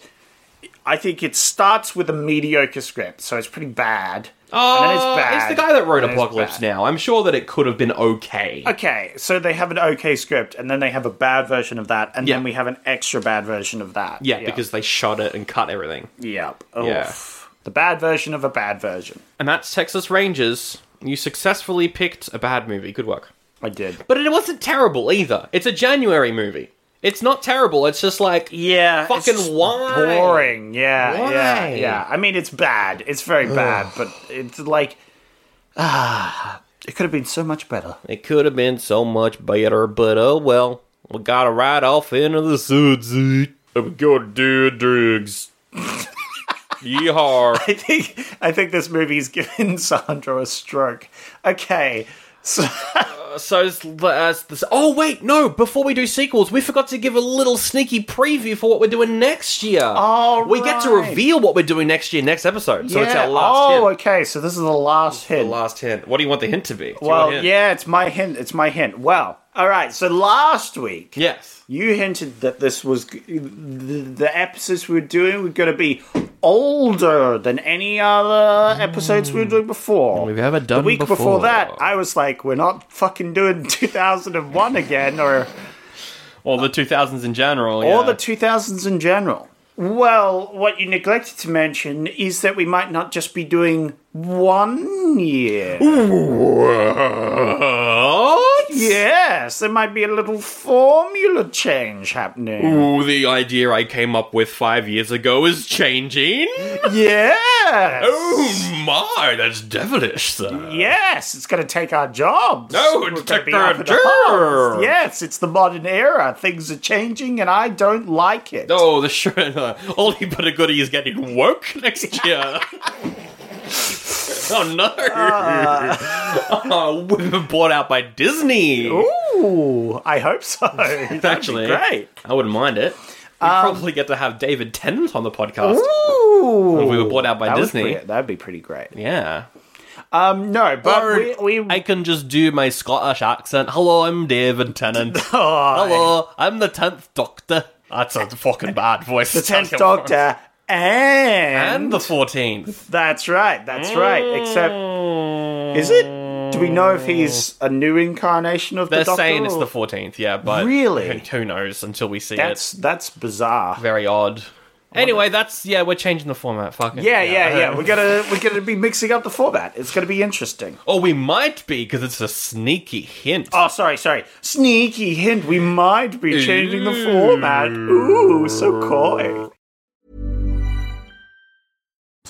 [SPEAKER 1] I think it starts with a mediocre script, so it's pretty bad.
[SPEAKER 2] oh,
[SPEAKER 1] and then it's bad.
[SPEAKER 2] the guy that wrote
[SPEAKER 1] and then it's
[SPEAKER 2] Apocalypse
[SPEAKER 1] bad.
[SPEAKER 2] Now. I'm sure that it could have been okay.
[SPEAKER 1] Okay, so they have an okay script, and then they have a bad version of that, and
[SPEAKER 2] Yeah.
[SPEAKER 1] then we have an extra bad version of that.
[SPEAKER 2] Yeah, because they shot it and cut everything.
[SPEAKER 1] yep,
[SPEAKER 2] Yeah.
[SPEAKER 1] Oof. the bad version of a bad version.
[SPEAKER 2] And that's Texas Rangers. You successfully picked a bad movie. Good work.
[SPEAKER 1] I did.
[SPEAKER 2] But it wasn't terrible either. It's a January movie. It's not terrible. It's just like
[SPEAKER 1] Yeah, it's
[SPEAKER 2] fucking
[SPEAKER 1] just
[SPEAKER 2] why?
[SPEAKER 1] boring. Yeah, yeah,
[SPEAKER 2] Why?
[SPEAKER 1] yeah. I mean, it's bad. It's very bad, but it's like ah, it could have been so much better.
[SPEAKER 2] It could have been so much better, but oh well. We gotta ride off into the sunset. And we gotta do drugs. Yeehaw.
[SPEAKER 1] I think I think this movie's given Sandro a stroke. Okay, so
[SPEAKER 2] So, it's- uh, this- oh wait, no, before we do sequels, we forgot to give a little sneaky preview for what we're doing next year.
[SPEAKER 1] All
[SPEAKER 2] We get to
[SPEAKER 1] right.
[SPEAKER 2] reveal what we're doing next year, next episode. So it's
[SPEAKER 1] Yeah.
[SPEAKER 2] our last
[SPEAKER 1] oh,
[SPEAKER 2] hint.
[SPEAKER 1] okay. So this is the last hint.
[SPEAKER 2] The last hint. What do you want the hint to be? Do you want a
[SPEAKER 1] well,
[SPEAKER 2] hint?
[SPEAKER 1] yeah, it's my hint. It's my hint. Well, all right. So last week,
[SPEAKER 2] Yes.
[SPEAKER 1] you hinted that this was g- the, the episodes we were doing were going to be older than any other episodes we were doing before.
[SPEAKER 2] Hmm. We've ever done
[SPEAKER 1] the week before.
[SPEAKER 2] before.
[SPEAKER 1] that, I was like, "We're not fucking doing 2001 again, or
[SPEAKER 2] Or the 2000s in general.
[SPEAKER 1] or
[SPEAKER 2] yeah.
[SPEAKER 1] the 2000s in general." Well, what you neglected to mention is that we might not just be doing one year.
[SPEAKER 2] What?
[SPEAKER 1] Yes, there might be a little formula change happening.
[SPEAKER 2] Ooh, the idea I came up with five years ago is changing.
[SPEAKER 1] Yes.
[SPEAKER 2] Oh my, that's devilish, sir.
[SPEAKER 1] Yes, it's going to take our jobs.
[SPEAKER 2] No, it's
[SPEAKER 1] We're gonna
[SPEAKER 2] take
[SPEAKER 1] be
[SPEAKER 2] our
[SPEAKER 1] up in arms.
[SPEAKER 2] jobs.
[SPEAKER 1] Yes, it's the modern era. Things are changing, and I don't like it.
[SPEAKER 2] Oh, the sh- only but a goodie is getting woke next year. oh no! oh, we were bought out by Disney.
[SPEAKER 1] Ah. Ooh, I hope so. That'd
[SPEAKER 2] Actually,
[SPEAKER 1] be great. Um,
[SPEAKER 2] I wouldn't mind it. We'd probably get to have David Tennant on the podcast.
[SPEAKER 1] Ooh,
[SPEAKER 2] If we were bought out by
[SPEAKER 1] That was
[SPEAKER 2] Disney.
[SPEAKER 1] pretty- that'd be pretty great.
[SPEAKER 2] Yeah.
[SPEAKER 1] Um, no, but
[SPEAKER 2] Or
[SPEAKER 1] we, we
[SPEAKER 2] I can just do my Scottish accent. Hello, I'm David Tennant.
[SPEAKER 1] Oh,
[SPEAKER 2] Hello, I'm the tenth Doctor. That's a fucking bad voice.
[SPEAKER 1] the tenth Doctor and,
[SPEAKER 2] and the fourteenth.
[SPEAKER 1] that's right, that's right. Except,
[SPEAKER 2] Mm.
[SPEAKER 1] is it? Do we know if he's a new incarnation of
[SPEAKER 2] They're
[SPEAKER 1] the Doctor?
[SPEAKER 2] saying it's
[SPEAKER 1] or-
[SPEAKER 2] the fourteenth, yeah, but
[SPEAKER 1] Really?
[SPEAKER 2] who, who knows until we see
[SPEAKER 1] That's that's bizarre.
[SPEAKER 2] it. Very odd. Anyway, that's yeah, we're changing the format. Fuck it.
[SPEAKER 1] Yeah, yeah, yeah. We're gonna we're gonna be mixing up the format. It's gonna be interesting.
[SPEAKER 2] Or we might be because it's a sneaky hint.
[SPEAKER 1] Oh, sorry, sorry. Sneaky hint. We might be changing the format. Ooh, so coy.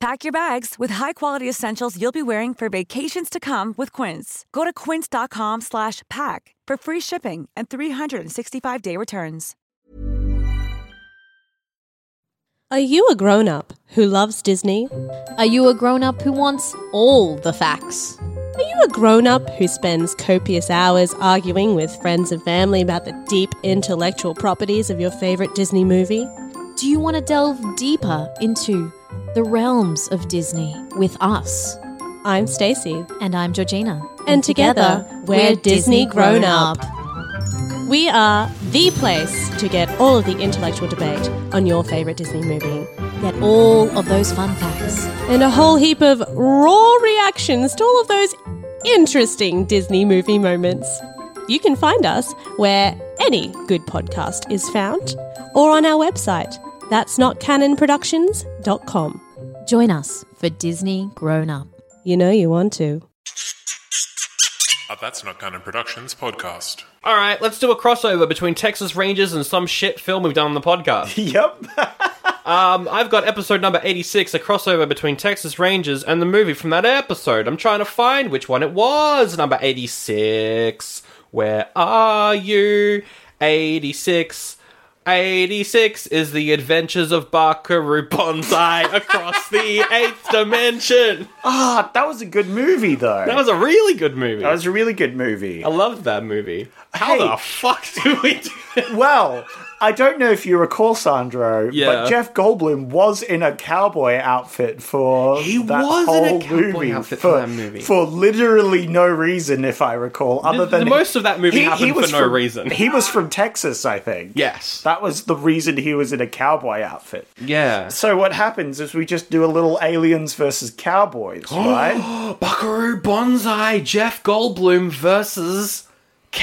[SPEAKER 6] Pack your bags with high-quality essentials you'll be wearing for vacations to come with Quince. Go to quince.com slash pack for free shipping and 365-day returns.
[SPEAKER 7] Are you a grown up who loves Disney?
[SPEAKER 8] Are you a grown up who wants all the facts?
[SPEAKER 7] Are you a grown up who spends copious hours arguing with friends and family about the deep intellectual properties of your favourite Disney movie?
[SPEAKER 8] Do you want to delve deeper into the realms of Disney with us?
[SPEAKER 7] I'm Stacey.
[SPEAKER 8] And I'm Georgina.
[SPEAKER 7] And together, we're Disney Grown Up. We are the place to get all of the intellectual debate on your favourite Disney movie.
[SPEAKER 8] Get all of those fun facts.
[SPEAKER 7] And a whole heap of raw reactions to all of those interesting Disney movie moments. You can find us where any good podcast is found or on our website. That's not canonproductions.com.
[SPEAKER 8] Join us for Disney Grown Up.
[SPEAKER 7] You know you want to.
[SPEAKER 9] A Uh, That's Not Canon Productions podcast.
[SPEAKER 2] All right, let's do a crossover between Texas Rangers and some shit film we've done on the podcast.
[SPEAKER 1] Yep.
[SPEAKER 2] Um, I've got episode number 86, a crossover between Texas Rangers and the movie from that episode. I'm trying to find which one it was. Number 86. Where are you? 86. 86 is the adventures of Bakaru Bonsai across the eighth dimension.
[SPEAKER 1] Ah, that was a good movie though.
[SPEAKER 2] That was a really good movie.
[SPEAKER 1] That was a really good movie.
[SPEAKER 2] I loved that movie. How
[SPEAKER 1] Hey.
[SPEAKER 2] the fuck do we do that?
[SPEAKER 1] Well, I don't know if you recall, Sandro,
[SPEAKER 2] Yeah.
[SPEAKER 1] but Jeff Goldblum was in a cowboy outfit for
[SPEAKER 2] He
[SPEAKER 1] that
[SPEAKER 2] was in
[SPEAKER 1] whole
[SPEAKER 2] a cowboy
[SPEAKER 1] movie
[SPEAKER 2] outfit for
[SPEAKER 1] for,
[SPEAKER 2] that movie.
[SPEAKER 1] for literally no reason, if I recall, other
[SPEAKER 2] the
[SPEAKER 1] than
[SPEAKER 2] most of that movie happened for
[SPEAKER 1] was
[SPEAKER 2] no
[SPEAKER 1] from-
[SPEAKER 2] reason.
[SPEAKER 1] He was from Texas, I think.
[SPEAKER 2] Yes.
[SPEAKER 1] that was the reason he was in a cowboy outfit.
[SPEAKER 2] Yeah.
[SPEAKER 1] So what happens is we just do a little aliens versus cowboys, right?
[SPEAKER 2] Buckaroo Bonsai, Jeff Goldblum versus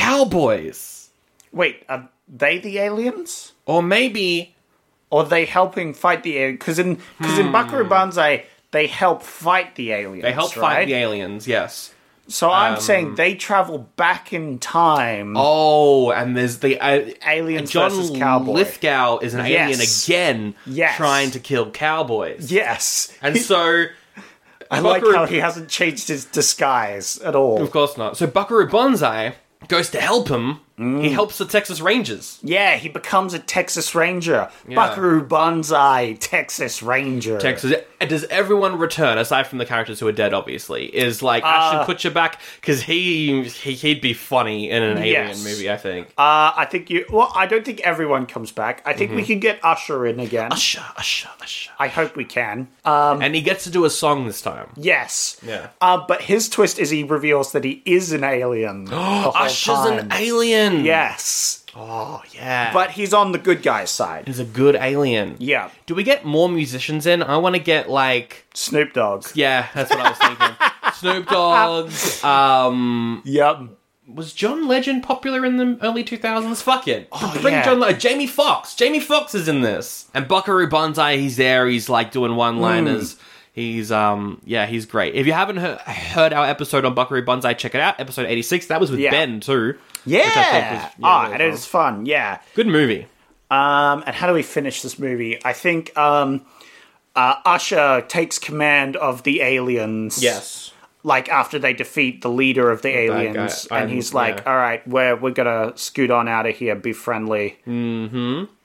[SPEAKER 2] Cowboys.
[SPEAKER 1] Wait, are they the aliens?
[SPEAKER 2] Or maybe.
[SPEAKER 1] Or are they helping fight the aliens? Because in, because in Buckaroo Banzai, they help fight the aliens.
[SPEAKER 2] Hmm. They help
[SPEAKER 1] right?
[SPEAKER 2] fight the aliens, yes.
[SPEAKER 1] So I'm saying they travel back in time.
[SPEAKER 2] Oh, and there's the. Uh,
[SPEAKER 1] aliens
[SPEAKER 2] John
[SPEAKER 1] versus cowboy.
[SPEAKER 2] Lithgow is an
[SPEAKER 1] Yes.
[SPEAKER 2] alien again
[SPEAKER 1] Yes.
[SPEAKER 2] trying to kill cowboys.
[SPEAKER 1] Yes.
[SPEAKER 2] And so.
[SPEAKER 1] I like
[SPEAKER 2] Buckaroo-
[SPEAKER 1] how he hasn't changed his disguise at all.
[SPEAKER 2] Of course not. So Buckaroo Bonsai goes to help him. He helps the Texas Rangers.
[SPEAKER 1] Mm. Yeah, he becomes a Texas Ranger. Buckaroo Banzai, Texas Ranger.
[SPEAKER 2] Texas. And does everyone return aside from the characters who are dead? Obviously, is like
[SPEAKER 1] Uh,
[SPEAKER 2] Ashton Kutcher back because he, he he'd be funny in an alien
[SPEAKER 1] Yes.
[SPEAKER 2] movie. I think.
[SPEAKER 1] Uh, I think you. Well, I don't think everyone comes back. I think we can get Usher in again.
[SPEAKER 2] Mm-hmm. Usher, usher, usher.
[SPEAKER 1] I hope we can. Uh,
[SPEAKER 2] and he gets to do a song this time.
[SPEAKER 1] yes.
[SPEAKER 2] Yeah.
[SPEAKER 1] Uh, but his twist is he reveals that he is an alien. the whole
[SPEAKER 2] Usher's an
[SPEAKER 1] time.
[SPEAKER 2] alien.
[SPEAKER 1] Yes.
[SPEAKER 2] Oh yeah.
[SPEAKER 1] But he's on the good guy's side.
[SPEAKER 2] he's a good alien.
[SPEAKER 1] Yeah.
[SPEAKER 2] Do we get more musicians in? I want to get like
[SPEAKER 1] Snoop Dogg.
[SPEAKER 2] yeah. That's what I was thinking. Snoop Dogg. Um,
[SPEAKER 1] Yep.
[SPEAKER 2] was John Legend popular in the early 2000s? Fuck it. Bring
[SPEAKER 1] yeah.
[SPEAKER 2] John Legend. uh, Jamie Foxx. Jamie Foxx is in this. And Buckaroo Banzai, he's there. He's like doing one liners. He's, um, yeah, he's great. If you haven't he- heard our episode on Buckaroo Banzai, check it out. Episode 86. That was with
[SPEAKER 1] Yeah.
[SPEAKER 2] Ben, too.
[SPEAKER 1] Yeah.
[SPEAKER 2] Which I think was- yeah,
[SPEAKER 1] ah,
[SPEAKER 2] that
[SPEAKER 1] and
[SPEAKER 2] was
[SPEAKER 1] it was fun. Yeah.
[SPEAKER 2] Good movie.
[SPEAKER 1] Um, and how do we finish this movie? I think um, uh, Usher takes command of the aliens. Like after they defeat the leader of the
[SPEAKER 2] bad
[SPEAKER 1] aliens,
[SPEAKER 2] guy.
[SPEAKER 1] and
[SPEAKER 2] I'm-
[SPEAKER 1] he's like,
[SPEAKER 2] yeah.
[SPEAKER 1] "All right, we're we're gonna scoot on out of here, be friendly."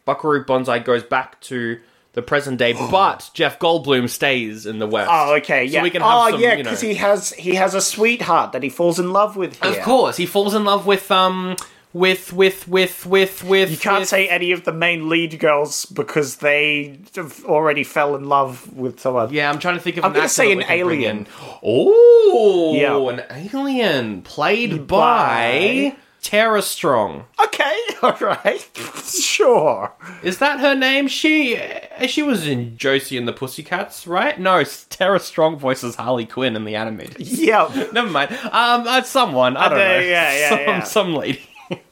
[SPEAKER 2] Buckaroo Banzai goes back to the present day, but Jeff Goldblum stays in the West.
[SPEAKER 1] Oh, okay, yeah.
[SPEAKER 2] So we can have
[SPEAKER 1] oh,
[SPEAKER 2] some,
[SPEAKER 1] yeah,
[SPEAKER 2] you know-
[SPEAKER 1] because he has he has a sweetheart that he falls in love with. Here.
[SPEAKER 2] Of course, he falls in love with um with with with with with.
[SPEAKER 1] You can't say any of the main lead girls because they have already fell in love with someone.
[SPEAKER 2] Yeah, I'm trying to think of.
[SPEAKER 1] I'm
[SPEAKER 2] an
[SPEAKER 1] gonna
[SPEAKER 2] actor
[SPEAKER 1] say
[SPEAKER 2] that
[SPEAKER 1] an
[SPEAKER 2] we can bring
[SPEAKER 1] alien.
[SPEAKER 2] in. Oh,
[SPEAKER 1] Yeah.
[SPEAKER 2] an alien played by Tara Strong.
[SPEAKER 1] Okay, all right, sure.
[SPEAKER 2] Is that her name? She uh, she was in Josie and the Pussycats, right? No, s- Tara Strong voices Harley Quinn in the animated.
[SPEAKER 1] Yeah,
[SPEAKER 2] Never mind. Um, uh, someone I don't
[SPEAKER 1] know,
[SPEAKER 2] know.
[SPEAKER 1] yeah, yeah,
[SPEAKER 2] some,
[SPEAKER 1] yeah.
[SPEAKER 2] some lady.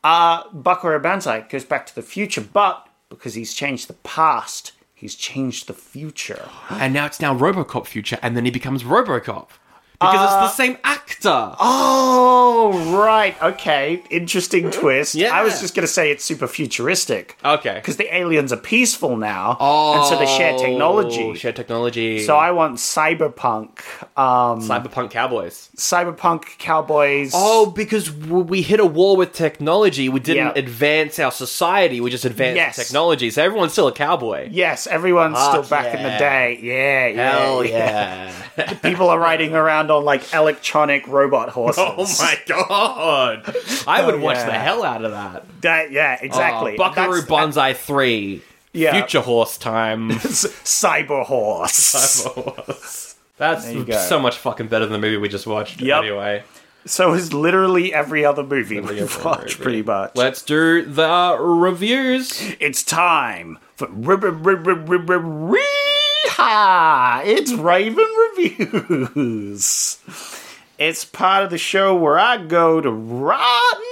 [SPEAKER 1] uh, Buckaroo Banzai goes back to the future, but because he's changed the past, he's changed the future.
[SPEAKER 2] And now it's now RoboCop future, and then he becomes RoboCop because it's the same actor.
[SPEAKER 1] Oh, right. Okay. Interesting twist.
[SPEAKER 2] Yeah. Uh,
[SPEAKER 1] I was just going to say it's super futuristic.
[SPEAKER 2] Okay.
[SPEAKER 1] Because the aliens are peaceful now. And so they share
[SPEAKER 2] Oh,
[SPEAKER 1] technology.
[SPEAKER 2] Share technology.
[SPEAKER 1] So I want cyberpunk, um,
[SPEAKER 2] cyberpunk cowboys.
[SPEAKER 1] cyberpunk cowboys.
[SPEAKER 2] Oh, because w- we hit a wall with technology. We didn't
[SPEAKER 1] Yeah.
[SPEAKER 2] advance our society. We just advanced
[SPEAKER 1] Yes.
[SPEAKER 2] technology. So everyone's still a cowboy.
[SPEAKER 1] yes, everyone's still
[SPEAKER 2] Fuck
[SPEAKER 1] back in the
[SPEAKER 2] yeah.
[SPEAKER 1] day. Yeah, yeah,
[SPEAKER 2] Hell
[SPEAKER 1] yeah.
[SPEAKER 2] yeah!
[SPEAKER 1] People are riding around on like electronic robot horses.
[SPEAKER 2] oh my god! I would watch
[SPEAKER 1] yeah.
[SPEAKER 2] the hell out of that.
[SPEAKER 1] That- yeah, exactly.
[SPEAKER 2] Oh, Buckaroo
[SPEAKER 1] That's-
[SPEAKER 2] Banzai Three.
[SPEAKER 1] Yeah.
[SPEAKER 2] Future horse time.
[SPEAKER 1] that's cyber horse.
[SPEAKER 2] That's
[SPEAKER 1] you go.
[SPEAKER 2] so much fucking better than the movie we just watched.
[SPEAKER 1] Yep.
[SPEAKER 2] Anyway,
[SPEAKER 1] So is literally every other movie we
[SPEAKER 2] other
[SPEAKER 1] watch,
[SPEAKER 2] movie.
[SPEAKER 1] pretty much.
[SPEAKER 2] let's do the reviews.
[SPEAKER 1] It's time for rib rib rib rib rib rib Reha. It's Raven Reviews. It's part of the show where I go to Rotten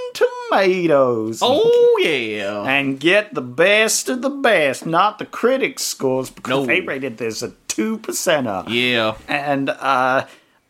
[SPEAKER 1] Tomatoes
[SPEAKER 2] Oh yeah.
[SPEAKER 1] and get the best of the best, not the critics' scores because
[SPEAKER 2] No.
[SPEAKER 1] they rated this a two percenter.
[SPEAKER 2] Yeah.
[SPEAKER 1] And uh,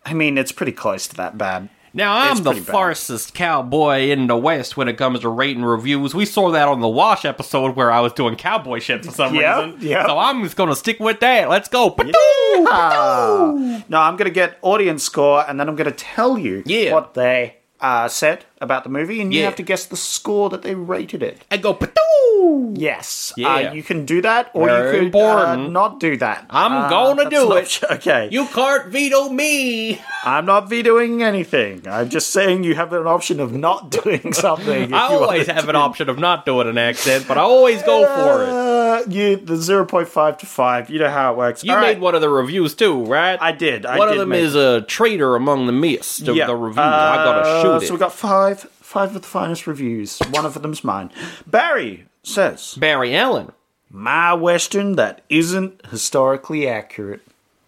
[SPEAKER 1] I mean, it's pretty close to that bad.
[SPEAKER 2] Now I'm
[SPEAKER 1] It's
[SPEAKER 2] the
[SPEAKER 1] pretty bad.
[SPEAKER 2] farcest cowboy in the West when it comes to rating reviews. We saw that on the Wash episode where I was doing cowboy shit for some
[SPEAKER 1] Yep,
[SPEAKER 2] reason.
[SPEAKER 1] yep.
[SPEAKER 2] So I'm just gonna stick with that. Let's go. Ba-doo, ba-doo.
[SPEAKER 1] Ah. No, I'm going to get audience score, and then I'm going to tell you
[SPEAKER 2] Yeah.
[SPEAKER 1] what they uh, said about the movie, and you
[SPEAKER 2] Yeah.
[SPEAKER 1] have to guess the score that they rated it.
[SPEAKER 2] And go. ba-doo.
[SPEAKER 1] Yes,
[SPEAKER 2] Yeah.
[SPEAKER 1] uh, you can do that, or
[SPEAKER 2] Very
[SPEAKER 1] you could uh,
[SPEAKER 2] important.
[SPEAKER 1] not do that.
[SPEAKER 2] I'm
[SPEAKER 1] Uh,
[SPEAKER 2] gonna
[SPEAKER 1] that's
[SPEAKER 2] do
[SPEAKER 1] not-
[SPEAKER 2] it.
[SPEAKER 1] Okay,
[SPEAKER 2] You can't veto me.
[SPEAKER 1] I'm not vetoing anything. I'm just saying you have an option of not doing something. if
[SPEAKER 2] I
[SPEAKER 1] you
[SPEAKER 2] always
[SPEAKER 1] wanted
[SPEAKER 2] have
[SPEAKER 1] to.
[SPEAKER 2] an option of not doing an accent, but I always go for it.
[SPEAKER 1] Uh, you the 0.5 to 5. You know how it works.
[SPEAKER 2] You
[SPEAKER 1] All
[SPEAKER 2] made
[SPEAKER 1] right.
[SPEAKER 2] one of the reviews too, right?
[SPEAKER 1] I did. I
[SPEAKER 2] one
[SPEAKER 1] did
[SPEAKER 2] of them
[SPEAKER 1] make-
[SPEAKER 2] is a traitor among the mist of the reviews. I
[SPEAKER 1] Uh,
[SPEAKER 2] gotta shoot it.
[SPEAKER 1] So we got five, five of the finest reviews. One of them's mine. Barry says,
[SPEAKER 2] Barry Allen,
[SPEAKER 1] "My western that isn't historically accurate.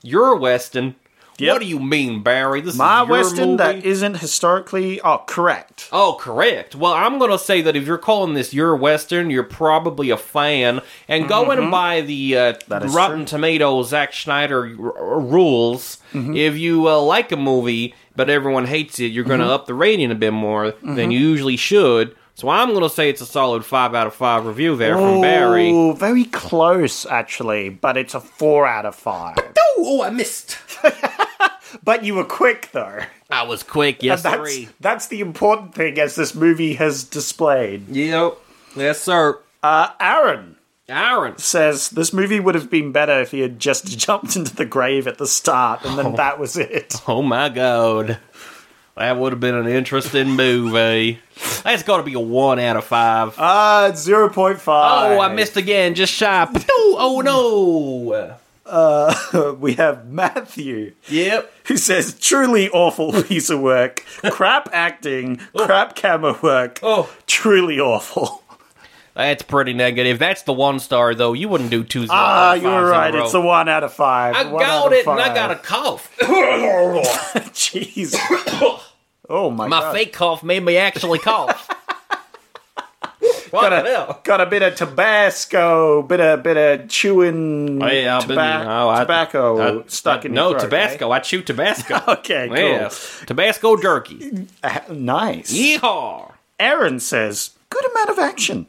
[SPEAKER 2] you're a Weston.
[SPEAKER 1] Yep.
[SPEAKER 2] What do you mean, Barry? This
[SPEAKER 1] My
[SPEAKER 2] is your
[SPEAKER 1] western
[SPEAKER 2] movie?
[SPEAKER 1] that isn't historically oh correct.
[SPEAKER 2] Oh, correct. Well, I'm going to say that if you're calling this your Western, you're probably a fan. And go in and buy the uh,
[SPEAKER 1] Mm-hmm. That is
[SPEAKER 2] Rotten
[SPEAKER 1] true.
[SPEAKER 2] Tomatoes Zack Schneider r- r- rules.
[SPEAKER 1] Mm-hmm.
[SPEAKER 2] If you uh, like a movie, but everyone hates it, you're going to
[SPEAKER 1] Mm-hmm.
[SPEAKER 2] up the rating a bit more than you usually should. So I'm going to say it's a solid 5 out of 5 review there from Barry.
[SPEAKER 1] Oh, very close actually, but it's a four out of five.
[SPEAKER 2] oh, I missed.
[SPEAKER 1] But you were quick though.
[SPEAKER 2] I was quick, yes,
[SPEAKER 1] That's
[SPEAKER 2] three.
[SPEAKER 1] that's the important thing as this movie has displayed.
[SPEAKER 2] Yep. Yes, sir.
[SPEAKER 1] Uh, Aaron
[SPEAKER 2] Aaron.
[SPEAKER 1] says this movie would have been better if he had just jumped into the grave at the start and then that was it.
[SPEAKER 2] Oh my god. That would have been an interesting movie. That's got to be a 1 out of 5.
[SPEAKER 1] Ah, it's 0.5.
[SPEAKER 2] oh, I missed again, just shy. Ptoo, Oh no.
[SPEAKER 1] Uh, We have Matthew,
[SPEAKER 2] Yep.
[SPEAKER 1] who says, truly awful piece of work. crap acting, crap camera work.
[SPEAKER 2] Oh.
[SPEAKER 1] Truly awful.
[SPEAKER 2] That's pretty negative. That's the one star though. You wouldn't do two stars.
[SPEAKER 1] Ah,
[SPEAKER 2] out of
[SPEAKER 1] you
[SPEAKER 2] fives
[SPEAKER 1] were
[SPEAKER 2] in
[SPEAKER 1] right.
[SPEAKER 2] row.
[SPEAKER 1] It's a one out of five.
[SPEAKER 2] I
[SPEAKER 1] One out
[SPEAKER 2] got
[SPEAKER 1] of
[SPEAKER 2] it and I
[SPEAKER 1] five.
[SPEAKER 2] got a cough.
[SPEAKER 1] Jeez. oh, my,
[SPEAKER 2] My
[SPEAKER 1] God.
[SPEAKER 2] fake cough made me actually cough. what the hell?
[SPEAKER 1] Got a bit of Tabasco, bit of bit of chewing
[SPEAKER 2] Oh, yeah, I've been-
[SPEAKER 1] toba-
[SPEAKER 2] oh, I-
[SPEAKER 1] Mm, tobacco
[SPEAKER 2] I-
[SPEAKER 1] stuck in
[SPEAKER 2] No,
[SPEAKER 1] your throat, eh?
[SPEAKER 2] Tabasco. I chew Tabasco.
[SPEAKER 1] Okay, cool. Uh,
[SPEAKER 2] Yes. Tabasco jerky.
[SPEAKER 1] Nice.
[SPEAKER 2] Yeehaw. Hmm.
[SPEAKER 1] Aaron says, good amount of action.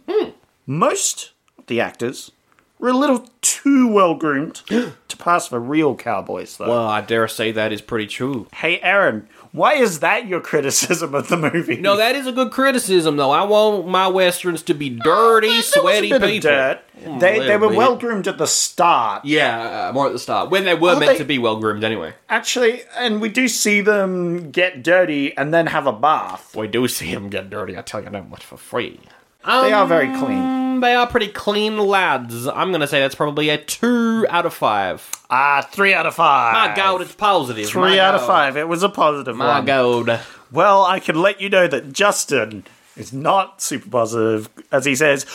[SPEAKER 1] Most of the actors We're a little too well groomed to pass for real cowboys, though.
[SPEAKER 2] Well, I dare say that is pretty true.
[SPEAKER 1] Hey, Aaron, why is that your criticism of the movie?
[SPEAKER 2] No, that is a good criticism, though. I want my westerns to be dirty, sweaty
[SPEAKER 1] bit of
[SPEAKER 2] people.
[SPEAKER 1] dirt.
[SPEAKER 2] Mm,
[SPEAKER 1] They, they
[SPEAKER 2] little
[SPEAKER 1] were
[SPEAKER 2] bit.
[SPEAKER 1] well groomed at the start.
[SPEAKER 2] Yeah, uh, more at the start when they were
[SPEAKER 1] Are
[SPEAKER 2] meant
[SPEAKER 1] they-
[SPEAKER 2] to be well groomed. Anyway,
[SPEAKER 1] Actually, and we do see them get dirty and then have a bath.
[SPEAKER 2] we do see them get dirty. I tell you that much for free.
[SPEAKER 1] they are very clean.
[SPEAKER 2] Mm, They are pretty clean lads. I'm gonna say that's probably a two out of five.
[SPEAKER 1] Ah, three out of five.
[SPEAKER 2] My god, it's positive.
[SPEAKER 1] Three
[SPEAKER 2] My
[SPEAKER 1] out of
[SPEAKER 2] God.
[SPEAKER 1] five. It was a positive
[SPEAKER 2] My
[SPEAKER 1] one.
[SPEAKER 2] god.
[SPEAKER 1] Well, I can let you know that Justin is not super positive, as he says,